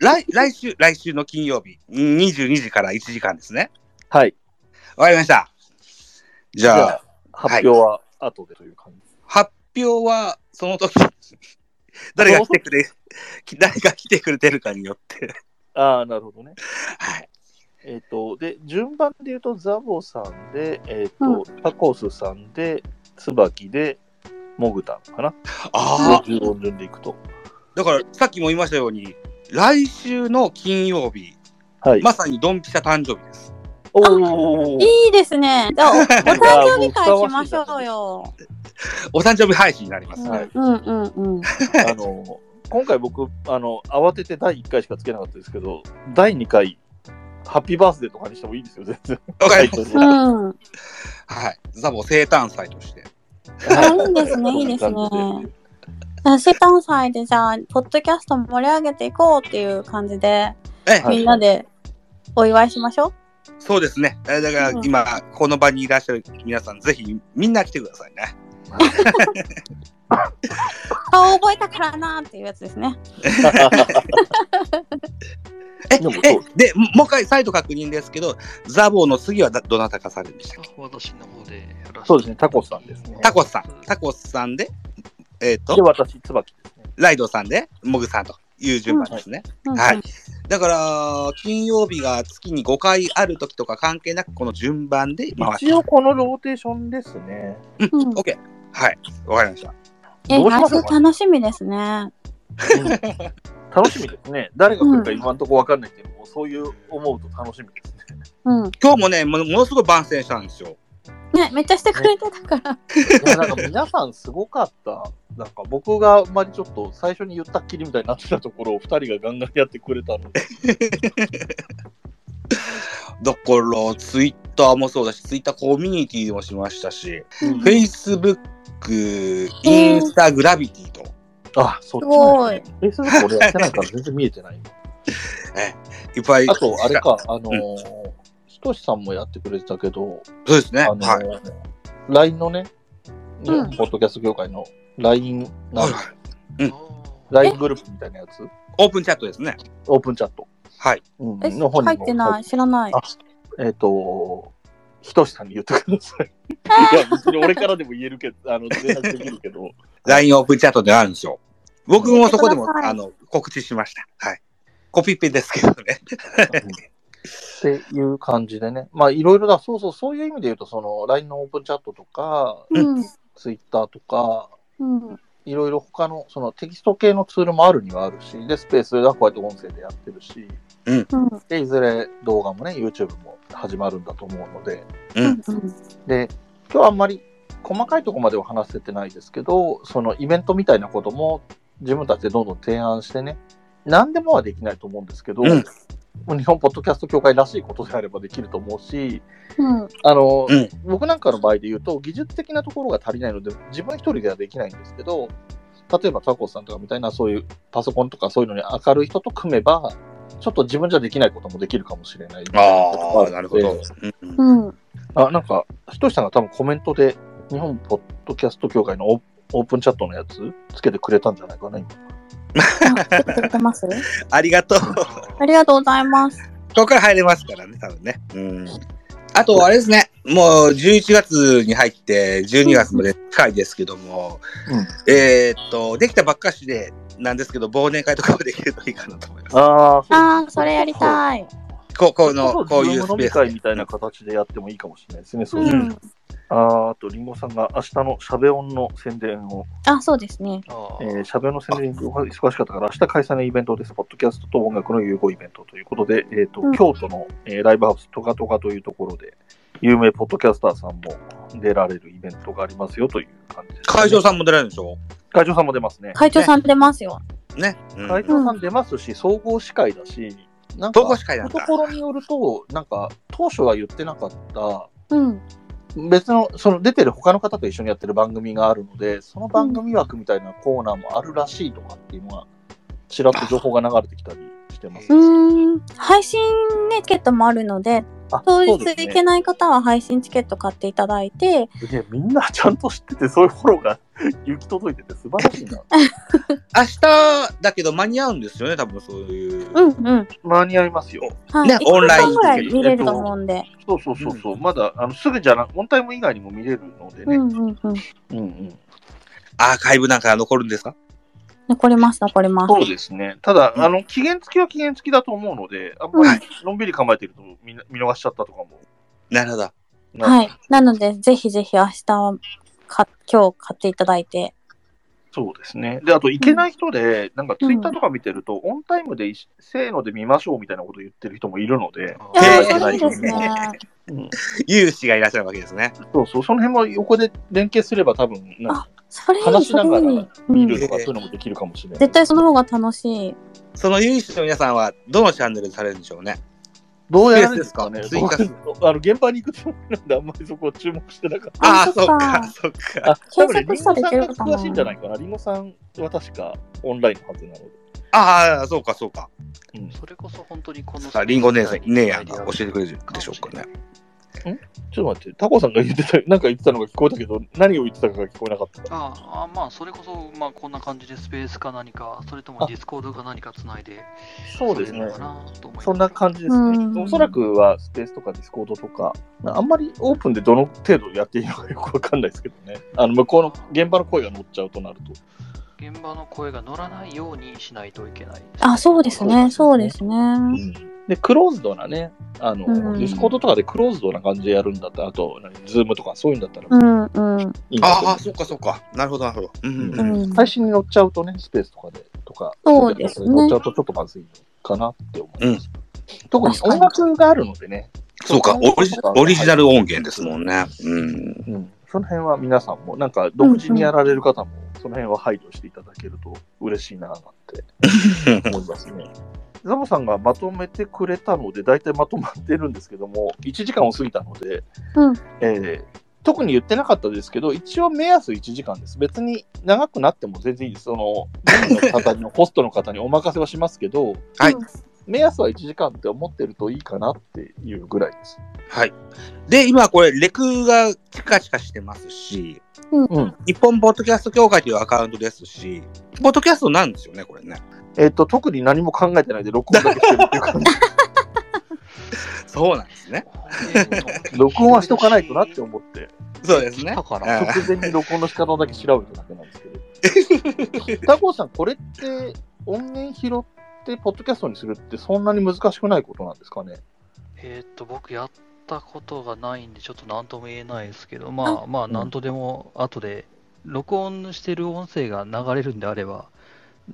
B: 来来週、来週の金曜日、22時から1時間ですね。
A: はい。
B: わかりました。じゃあ、
A: じゃ発表は後でという感じ。
B: 発表はその時、 誰が来てくれ、 誰が来てくれてるかによって。
A: ああ、なるほどね。
B: はい。
A: えっ、と、で、順番で言うと、ザボさんで、えっ、
E: う
A: と、タコスさんで、椿で、モグタンかな。
B: ああ、
A: 順順順でいくと。
B: だからさっきも言いましたように、来週の金曜日、
A: はい。
B: まさにドンピシャ誕生日です。
A: おおー。
E: いいですね。じゃあ、お誕生日会しましょうよ。
B: お誕生日配信になります。
A: はい
E: うんうんうん。
A: あの、今回僕、あの、慌てて第1回しかつけなかったですけど、第2回、ハッピーバースデーとかにしてもいいですよ、全然。
B: わかりました。
E: うん。あ
B: はい。ザボ生誕祭として。
E: いいですね、いいですね。生誕祭でじゃあ、ポッドキャスト盛り上げていこうっていう感じで、
B: ええ、
A: はい
E: みんなでお祝いしましょう。
B: そうですね。えだから
E: うん
B: 今、この場にいらっしゃる皆さん、ぜひみんな来てくださいね。
E: 顔覚えたからなーっていうやつですね。
B: え、
A: でもそう
B: え、で、ももう一回再度確認ですけど、ザボの次はだどなたかされるんでしたっけ
D: 私の方でやらせて
A: そうですねタコスさんですね
B: タコスさん。タコスさんで、え
A: で、
B: っ、と、
A: 私、椿ですね。
B: ライドさんで、モグさんという順番ですね。
E: うんうん
B: はい。だから、金曜日が月に5回ある時とか関係なく、この順番で回して。
A: 一応このローテーションですね。
E: うん
B: オッケー。はい。わかりました。
E: え、
A: どうしま
E: 来
A: しょ
E: 週
A: うか
E: 楽しみですね。
A: 楽しみですね。誰が来るか今んとこわかんないけど、もうそういう思うと楽しみですね。
E: うん。
B: 今日もね、もものすごい番宣したんですよ。
E: ね、めっちゃしてくれてたから。
A: いやなんか皆さんすごかった。なんか僕があんまりちょっと最初に言ったっきりみたいになってたところを2人がガンガンやってくれたので。
B: だから、ツイッターもそうだし、ツイッターコミュニティもしましたし、
E: うん
B: フェイスブック、インスタ、グラビティと、
A: あ、そっ
E: す
A: ちなん
E: ご
A: で
E: い
A: す。ね。Facebook 俺やってないから全然見えてない。
B: いっぱい。
A: あと、あれ。か、あのー、ひとしさんもやってくれてたけど、
B: そうですね。
A: あの
B: はい。
A: ー LINE のね、ね
E: うん
A: ポッドキャスト業界の LINE な
B: は
A: ん
B: い
A: か、
B: うん
D: あ
A: LINE グループみたいなやつ、
B: オープンチャットですね。
A: オープンチャット、
B: はい。
A: うん
E: え、
A: の方にも
E: 入ってない。知らない
A: あ。えっ、と、ひとしさんに言ってください。いや、別に俺からでも言えるけど、あの、全然できるけど、
B: LINE オープンチャットであるんですよ。僕もそこでも
E: 教えてください
B: あの告知しました。はい。コピペですけどね。
A: っていう感じでね。まあ、いろいろだ、そうそう、そういう意味で言うと、その、LINE のオープンチャットとか、
E: うん。
A: Twitter とか、
E: うん。
A: いろいろ他の、そのテキスト系のツールもあるにはあるし、で、スペースがこうやって音声でやってるし、
E: うん。
A: で、いずれ動画もね、YouTube も始まるんだと思うので、
B: うん。
A: で、今日はあんまり細かいところまでは話せてないですけど、そのイベントみたいなことも自分たちでどんどん提案してね、何でもはできないと思うんですけど、
B: うん
A: 日本ポッドキャスト協会らしいことであればできると思うし、
E: うん。
A: あの、
B: うん
A: 僕なんかの場合で言うと、技術的なところが足りないので、自分一人ではできないんですけど、例えばタコスさんとかみたいな、そういうパソコンとかそういうのに明るい人と組めば、ちょっと自分じゃできないこともできるかもしれない。
B: ああ、なるほど。うん
E: うん。
A: あ、なんか、ひとしさんが多分コメントで、日本ポッドキャスト協会のオオープンチャットのやつつけてくれたんじゃないかな、今。
E: あ、来てくれてます
B: ありがとう。
E: ありがとうございます。
B: ここから入れますからね、多分ね。うん。あと、あれですね。もう11月に入って、12月まで近いですけども、
A: うん
B: えーっと、できたばっかしで、なんですけど、忘年会とかもできるといいかなと思います。
A: ああ、
E: ああ、それやりたい。
B: ここ
A: そ
B: の、こういう
A: ズーム
B: ス
A: 飲
B: ペ
A: み
B: ー
A: 会
B: ス
A: みたいな形でやってもいいかもしれないですね。そうういう。
E: ん。
A: あーあと、りんごさんが明日のしゃべ音の宣伝を
E: あ、そうですね。
A: えー、しゃべの宣伝に忙しかったから、明日開催のイベントです。ポッドキャストと音楽の融合イベントということで、えーと
E: うん
A: 京都の、えーライブハウストカトカというところで、有名ポッドキャスターさんも出られるイベントがありますよという感じです、
B: 会場さんも出られるでしょ
A: 会場さんも出ますね。
E: 会長さん出ますよ。
B: ね。うん
A: 会場さん出ますし、総合司会だし、なんか、
B: 統合司会なん
A: と
B: だ。
A: ころによると、なんか、当初は言ってなかった、
E: うん。
A: 別の、その出てる他の方と一緒にやってる番組があるので、その番組枠みたいなコーナーもあるらしいとかっていうのは、ちらっと情報が流れてきたりしてしてます。
E: うーん配信、ね、チケットもあるので
A: あ
E: 当
A: そう
E: 日
A: です
E: 行
A: ね
E: けない方は配信チケット買っていただいて
A: すげえ、みんなちゃんと知ってて、そういうフォローが行き届いてて素晴らしいな。
B: 明日だけど間に合うんですよね、多分そういう。
E: うんうん
A: 間に合いますよ。
E: はい
B: ね
E: 1
B: オンライン
E: 時間ぐらい見れると思うんで、
A: そうそうそうそう、まだあのすぐじゃなく、オンタイム以外にも見れるので
E: う
A: ね。
E: んうんうん、
A: うんうん
B: アーカイブなんか残るんですか
E: 残ります残ります
A: そうですね。ただ、
B: うん
A: あの期限付きは期限付きだと思うので、あんまりのんびり構えてるとみんな見逃しちゃったとかも。
B: なるほど。
A: な
E: はいなのでぜひぜひ明日はか今日買っていただいて
A: そうですね。で、あと、行けない人で、なんかツイッターとか見てると、オンタイムでいせーので見ましょうみたいなこと言ってる人もいるので、
E: いや
B: へ
E: ー
B: ー
E: それいいですね
A: うん
B: 有志がいらっしゃるわけですね。
A: そうそう、その辺も横で連携すれば、多分なんか
E: それいい
A: 話し
E: それ
A: なが
E: い
A: ら
E: い、う
A: 見
E: ん、
A: る
E: 絶
A: とか、そういうのもできるかもしれない。
E: 対その方が楽しい
B: その有志の皆さんは、どのチャンネルでされるんでしょうね。
A: どうやるん
B: スペ
A: 僕
B: ースですか
A: あの現場に行くつもりなんで、あんまりそこ注目してなかった。
B: ああ、そ
E: そ
B: っ
E: っ
B: か
E: か、
B: そっか。
A: あ、多分ね、リン
E: 検
A: ゴ
E: 索し
A: さ
E: た
A: ん
E: らいけるのかな
A: が詳しいんじゃないかな。リンゴさんは確かオンラインのはずなので。
B: ああ、そうか、そうか。
D: それこそ本当にこの
B: さあ、リンゴ姉さん、姉やんが教えてくれるでしょうかね。
A: ちょっと待って、タコさんが言ってた、なんか言ってたのが聞こえたけど、何を言ってたかが聞こえなかった。
D: ああまあそれこそ、まあ、こんな感じでスペースか何かそれともディスコードか何かつないで
A: そうですね
D: れるの。かなと思います
A: そんな感じです
E: うん
A: ね。おそらくはスペースとかディスコードとか、あんまりオープンでどの程度やっていいのかよくわかんないですけどね。あの向こうの現場の声が乗っちゃうとなると。
D: 現場の声が乗らないようにしないといけないですね、
E: あそうですねそうですね
A: で、クローズドなね、あの、
E: うん
A: ディスコードとかでクローズドな感じでやるんだったら、あと、何ズームとかそういうんだったら
E: うんうん
A: いいんだけど
B: ああ、そっか、そっか。なるほど、なるほど。うんうん
E: う
B: うん
E: ん
A: 最新に乗っちゃうとね、スペースとかでとか、
E: そうですね
A: 乗っちゃうとちょっとまずいかなって思います。特に
E: 確か
A: 音楽
E: に
A: があるのでね、
B: そうかオリジ、オリジナル音源ですもんね。うん。
A: うん、その辺は皆さんも、なんか独自にやられる方も、その辺は配慮していただけると嬉しいななんて 思いますね。ザボさんがまとめてくれたので、大体まとまってるんですけども、1時間を過ぎたので、
E: うん
A: えー特に言ってなかったですけど、一応目安1時間です。別に長くなっても全然いいです。その、メインの方のホストの方にお任せはしますけど、
B: はい
A: 目安は1時間って思ってるといいかなっていうぐらいです。
B: はい。で、今これ、レクがチカチカしてますし、
A: うん。
B: 日本ポッドキャスト協会というアカウントですし、ポッドキャストなんですよね、これね。
A: えっ、と、特に何も考えてないで録音だけしてるって いう感じ。
B: そうなんですね。
A: 録音はしとかないとなって思って、
B: そうですね
D: だ。か
B: う
D: ら
B: ん
A: 直前に録音の仕方だけ調べただけなんですけ ど。タコさん、これって音源拾って、ポッドキャストにするってそんなに難しくないことなんですかね。
D: えーっと僕やったことがないんでちょっと何とも言えないですけどまあまあ何とでも後で録音してる音声が流れるんであれば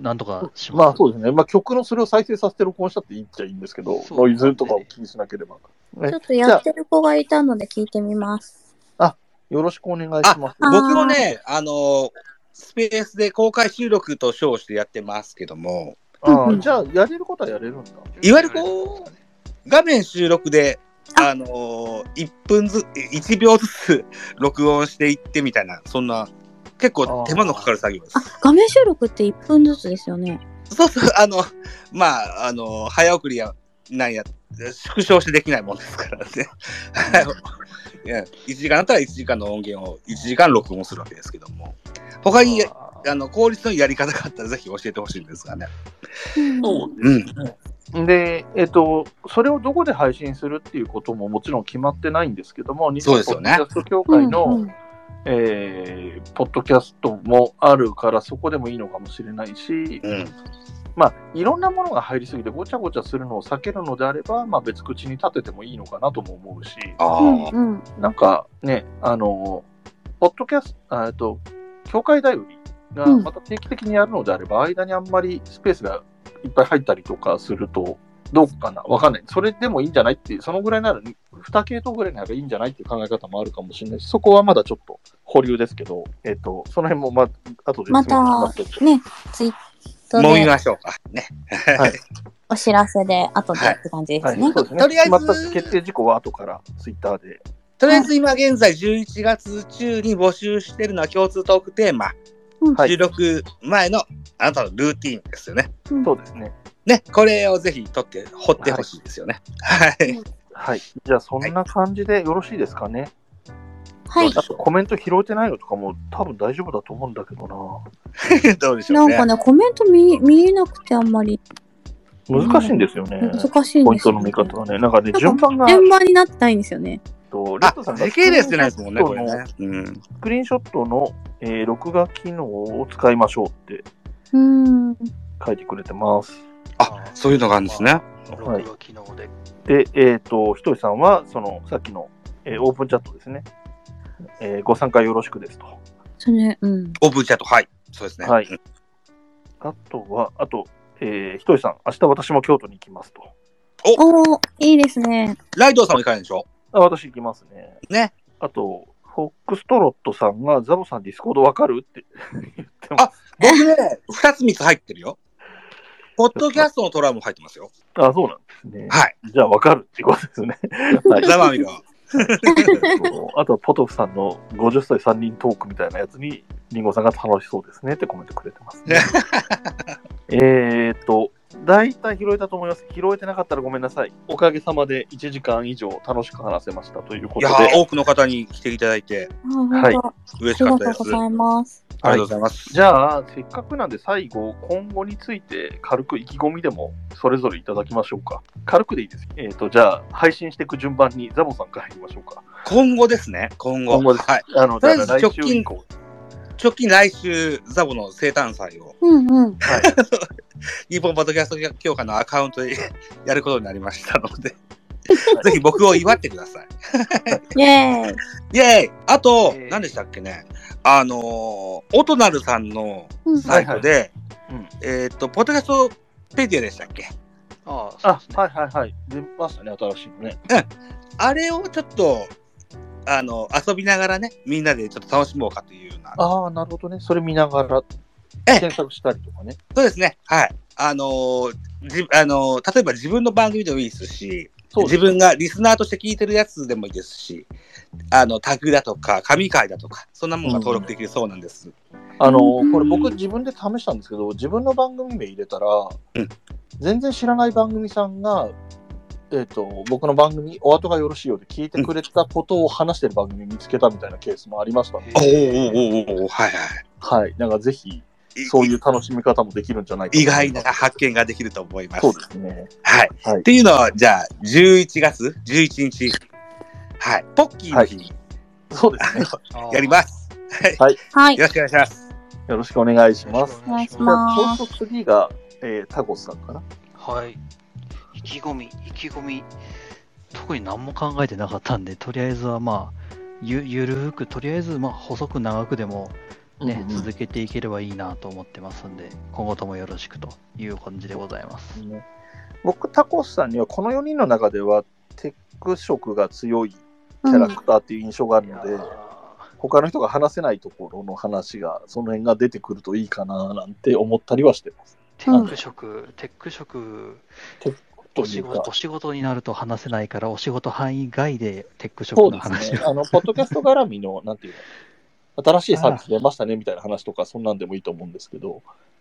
D: なんとかします
A: まあそうですね。まあ曲のそれを再生させて録音したって言っちゃいいんですけど、
D: そう
A: ノイズとかを気にしなければ。
E: ちょっとやってる子がいたので聞いてみます
A: よろしくお願いします。
E: あ
B: 僕もね、あの、スペースで公開収録と称してやってますけども、
A: あーじゃあ、やれることはやれるんだ。
B: いわゆるこう、画面収録で、あの、1分ず、1秒ずつ 録音していってみたいな、そんな、結構手間のかかる作業です
E: あ。画面収録って1分ずつですよね
B: そうそう、あの、まあ、あの、早送りや、なんや、縮小してできないもんですからね。 いや、1時間あったら1時間の音源を1時間録音するわけですけども、他にや
D: あー
B: あの効率のいいやり方があったらぜひ教えてほしいんですがね。
E: うん
B: うん。
A: で、えっと、それをどこで配信するっていうことももちろん決まってないんですけども、日
B: そう
A: 本
B: です
A: ポッド
B: よ
A: キ
B: ね
A: ャスト協会の、
E: うんうん
A: えーポッドキャストもあるから、そこでもいいのかもしれないし、
B: うん。
A: まあ、いろんなものが入りすぎてごちゃごちゃするのを避けるのであれば、まあ、別口に立ててもいいのかなとも思うし、
B: ああ、
E: うんうん
A: なんかね、あの、ポッドキャスト、あえっと、協会だよりが
E: うん
A: また定期的にやるのであれば、間にあんまりスペースがいっぱい入ったりとかすると、どうかなわかんない。それでもいいんじゃないっていう、そのぐらいなら、2系統ぐらいならいいんじゃないっていう考え方もあるかもしれないし、そこはまだちょっと保留ですけど、えっ、と、その辺もまあ、後で
E: また
A: けど
E: ねツイッタ
B: 揉み
E: ーで
B: ましょうか。ね。
E: お知らせで後でって感じで
A: は
E: す
A: い、
E: ね、
A: そうですね。
B: とりあえず
A: また決定事項は後からツイッターで。
B: とりあえず今現在11月中に募集してるのは共通トークテーマ、
E: うん
A: はい
B: 収録前のあなたのルーティンですよね。
A: そうですね。
B: ね、これをぜひ取って、掘ってほしいですよね。はい。
A: はい。じゃあ、そんな感じでよろしいですかね。
E: はい。
A: あと、コメント拾えてないのとかも多分大丈夫だと思うんだけど
B: どうでしょ
E: な
B: うんね。
E: かね、コメント見見えなくてあんまり
A: な。難しいんですよね。
E: 難しいんですよ、ね。
A: ポイントの見方はね。なんかね、
E: か
A: 順番が、えっ
E: 順番になってないんですよね。
A: と、レッ
B: あ
A: ドさん、が
B: 時系列じゃないですもんね、これね。うん。
A: スクリーンショットの、えー録画機能を使いましょうって
E: うーん。
A: 書いてくれてます。
B: あ、そういうのがあるんですね。
A: はい
D: 録画機能で。
A: で、えっ、と、ひとりさんは、その、さっきの、えーオープンチャットですね。えーご参加よろしくですと。
E: それ、うん。
B: オープンチャット、はい。そうですね。
A: はい
B: うん
A: あとは、あと、えーひとりさん、明日私も京都に行きますと。
E: おー、いいですね。
B: ライドウさんも行かないでしょ
A: あ、私行きますね。
B: ね。
A: あと、フォックストロットさんが、ザボさんディスコードわかるって 言ってます。
B: 僕ね、二つ三つ入って るよ。ポッドキャストのトラも入ってますよ。
A: あ、そうなんですね。
B: はい。
A: じゃあ、わかるってことですね。はい。
B: ザマミが。
A: あとは、ポトフさんの50歳3人トークみたいなやつに、リンゴさんが楽しそうですねってコメントくれてますね。えーっと、大体拾えたと思います。拾えてなかったらごめんなさい。おかげさまで1時間以上楽しく話せましたというこ
B: い
A: と
B: や
A: で。
B: ー、多くの方に来ていただいて、
E: あ本当
A: はい
E: あ
B: 嬉し
E: り
B: か
E: が
B: った
E: と
B: です。
E: うご
B: あ
E: ざいます。
B: りがとうございます。
A: じゃあ、せっかくなんで最後、今後について軽く意気込みでもそれぞれいただきましょうか。軽くでいいです。えっ、と、じゃあ、配信していく順番にザボさんから入りましょうか。
B: 今後ですね、今後。
A: 今後です
B: はい。
A: あの、
B: とりあえ
A: だ
B: ず
A: から来週以降。
B: 直近来週、ザボの生誕祭を、
E: うんうん。
B: 日本ポッドキャスト協会のアカウントで やることになりましたので、ぜひ僕を祝ってください。
E: イェーイ。
B: イェーイあと、
A: えー
B: 何でしたっけね、あのー、音なるさんの
E: うんうん
B: サイトで、
A: はいはいうん
B: えーっと、ポッドキャストペディアでしたっけ
D: ああ、そう
A: あ
D: です、ね。
A: はいはいはい。出ましたね、新しいのね。
B: あれをちょっと、あの、遊びながらね、みんなでちょっと楽しもうかというような。
A: ああ、なるほどね。それ見ながら
B: ええ
A: 検索したりとかね。
B: そうですね。はい。あのーじあのー例えば自分の番組でもいいですし、
A: そうで
B: 自
A: す
B: 分がリスナーとして聞いてるやつでもいいですし、あの、タグだとか、紙会だとか、そんなものが登録できるそうなんです。
A: あの
E: うん
A: これ僕自分で試したんですけど、自分の番組名入れたら、
B: うん
A: 全然知らない番組さんが、えっと僕の番組「お後がよろしいよ」で聞いてくれたことを話してる番組見つけたみたいなケースもありましたので、
D: へえ
B: おーおーおーはいは
A: はい、なんかぜひ
B: い。
A: そういう楽しみ方もできるんじゃないか
B: 意外な
A: な
B: 発見ができると思います。
A: そうですね。
B: はい。
A: はい
B: っていうのは、じゃあ、11月11日、はい。ポッキーの日に
A: そうですね。
B: やります。
E: はい。
B: よろしくお願いします。
A: よろしくお願いします。
E: お願いし
A: じ
E: ま
A: ゃあ、ちょっと次が、えータコスさんかな。
D: はい。意気込み、意気込み、特に何も考えてなかったんで、とりあえずはまあ、ゆゆるーく、とりあえずまあ細く長くでも、ね
A: うんうん
D: 続けていければいいなと思ってますんで、今後ともよろしくという感じでございます。
A: ね僕、タコスさんにはこの4人の中ではテック色が強いキャラクターっていう印象があるので、他の人が話せないところの話が、その辺が出てくるといいかななんて思ったりはしてます。
D: テック職、テック職、
A: と
D: お
A: い
D: 仕
A: うか
D: 事、お仕事になると話せないから、お仕事範囲外でテック職
A: そう
D: の
A: です
D: 話
A: ね。
D: を。
A: あの、ポッドキャスト絡みの、なんていうの、新しいサービス出ましたねみたいな話とか、そんなんでもいいと思うんですけど、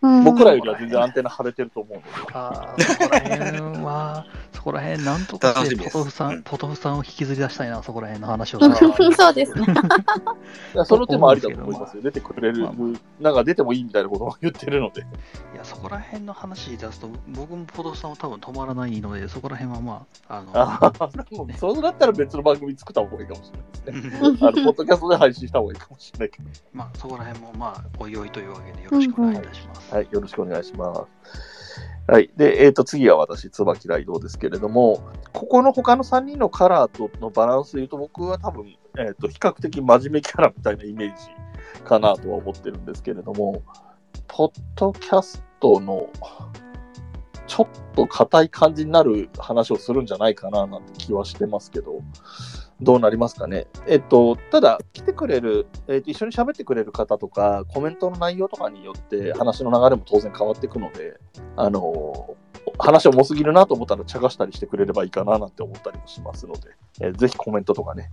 E: うん
A: 僕らよりは全然アンテナ張れてると思うので、
D: あーそこら辺は、そこら辺なんとか
B: 楽
D: し
B: してみで
D: ポ
B: す
D: トフさ
B: うん
D: ん、ポトフさんを引きずり出したいな、そこら辺の話を
E: う
D: さ
E: ん
D: せてもらいます
E: そうですね。
A: いやその手もありだと思いますよ。出てくれる
D: まあ、
A: なんか出てもいいみたいなことも言ってるの で。
D: いや、そこら辺の話出すと、僕もポトフさんは多分止まらないので、そこら辺はまあ、あの、
A: あーもうそうなったら別の番組作った方がいいかもしれないですね。あの、ポッドキャストで配信した方がいいかもしれないけど。
D: まあ、そこら辺もまあ、おいおいというわけでよろしくお願いいたします。
A: はい、よろしくお願いします。はい。で、えっ、と、次は私、椿雷道ですけれども、ここの他の3人のカラーとのバランスで言うと、僕は多分、えっ、と、比較的真面目キャラみたいなイメージかなとは思ってるんですけれども、ポッドキャストの、ちょっと硬い感じになる話をするんじゃないかななんて気はしてますけど、どうなりますかね。えっと、ただ、来てくれる、えっと、一緒に喋ってくれる方とか、コメントの内容とかによって話の流れも当然変わっていくので、あの、話重すぎるなと思ったら茶化したりしてくれればいいかななんて思ったりもしますので、えーぜひコメントとかね。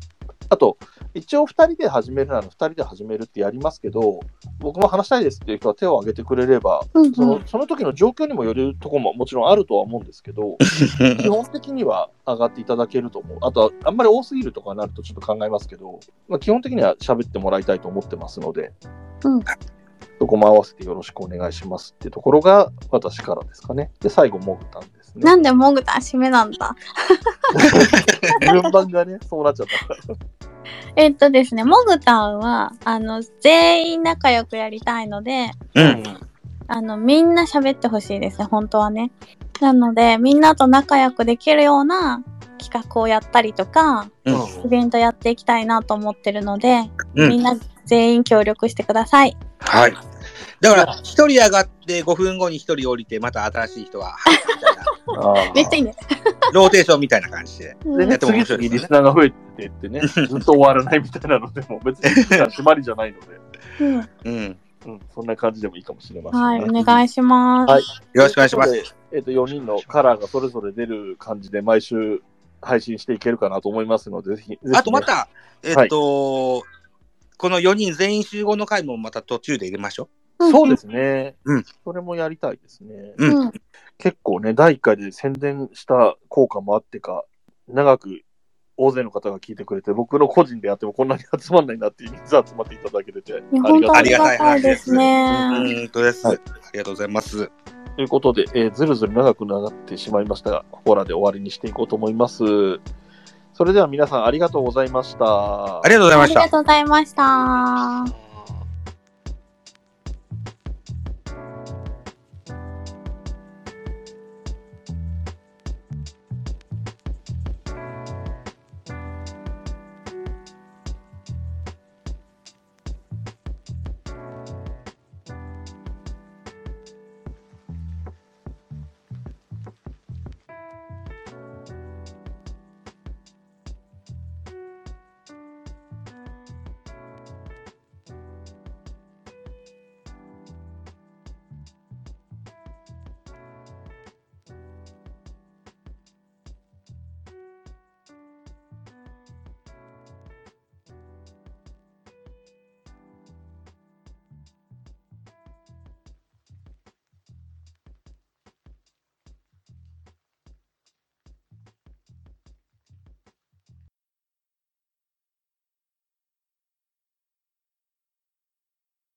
A: あと、一応2人で始めるなら2人で始めるってやりますけど、僕も話したいですっていう人は手を挙げてくれれば、
C: うん
A: そ
C: うん
A: のその時の状況にもよるところももちろんあるとは思うんですけど、 基本的には上がっていただけると思う。あとは、あんまり多すぎるとかになるとちょっと考えますけど、まあ、基本的には喋ってもらいたいと思ってますので、
C: うん
A: そこも合わせてよろしくお願いしますってところが私からですかね。で、最後、モグタンですね
E: な。んでモグタン締めなんだ
A: 順番がね、そうなっちゃったから。
E: えっとですね、モグタンは、あの、全員仲良くやりたいので、
B: うん。
E: あの、みんな喋ってほしいですね、本当はね。なので、みんなと仲良くできるような企画をやったりとか、
B: うん
E: イベントやっていきたいなと思ってるので、
B: うん
E: みんな全員協力してください。
B: はい。だから、一人上がって5分後に一人降りて、また新しい人が 入ってみたいな、
A: あー
E: めっちゃいいね。
B: ローテーションみたいな感じで。
A: で
B: や
A: ね、
B: っても
A: 次々
B: 面白いですよね
A: リスナーが増えてって ね、ずっと終わらないみたいなのでも、別に締まりじゃないので、
E: うん
B: うん。
A: うん、そんな感じでもいいかもしれませんね。
E: はい、お願いします。
A: はい
B: よろしくお願いします。。
A: えっ、と、4人のカラーがそれぞれ出る感じで、毎週配信していけるかなと思いますので、ぜひ、ぜひね
B: あとま、た、えっと、この4人全員集合の回もまた途中で入れましょ
A: そうですね。
B: うん
A: それもやりたいですね。
B: うん
E: うん
A: 結構ね、第1回で宣伝した効果もあってか、長く大勢の方が聞いてくれて、僕の個人でやってもこんなに集まんないなっていう人数集まっていただけてて、あ
E: いや本
A: りが
E: 当
A: た
E: あ
A: い
E: り
A: な
E: がたいです
B: う。う
E: ね。
B: んとです。あ
A: はい
B: りがとうございます。
A: ということで、えーずるずる長くなってしまいましたが、ここらで終わりにしていこうと思います。それでは皆さんありがとうございました。
B: ありがとうござい
E: あ
B: ま
E: り
B: し
E: が
B: た。
E: とうございました。
D: うん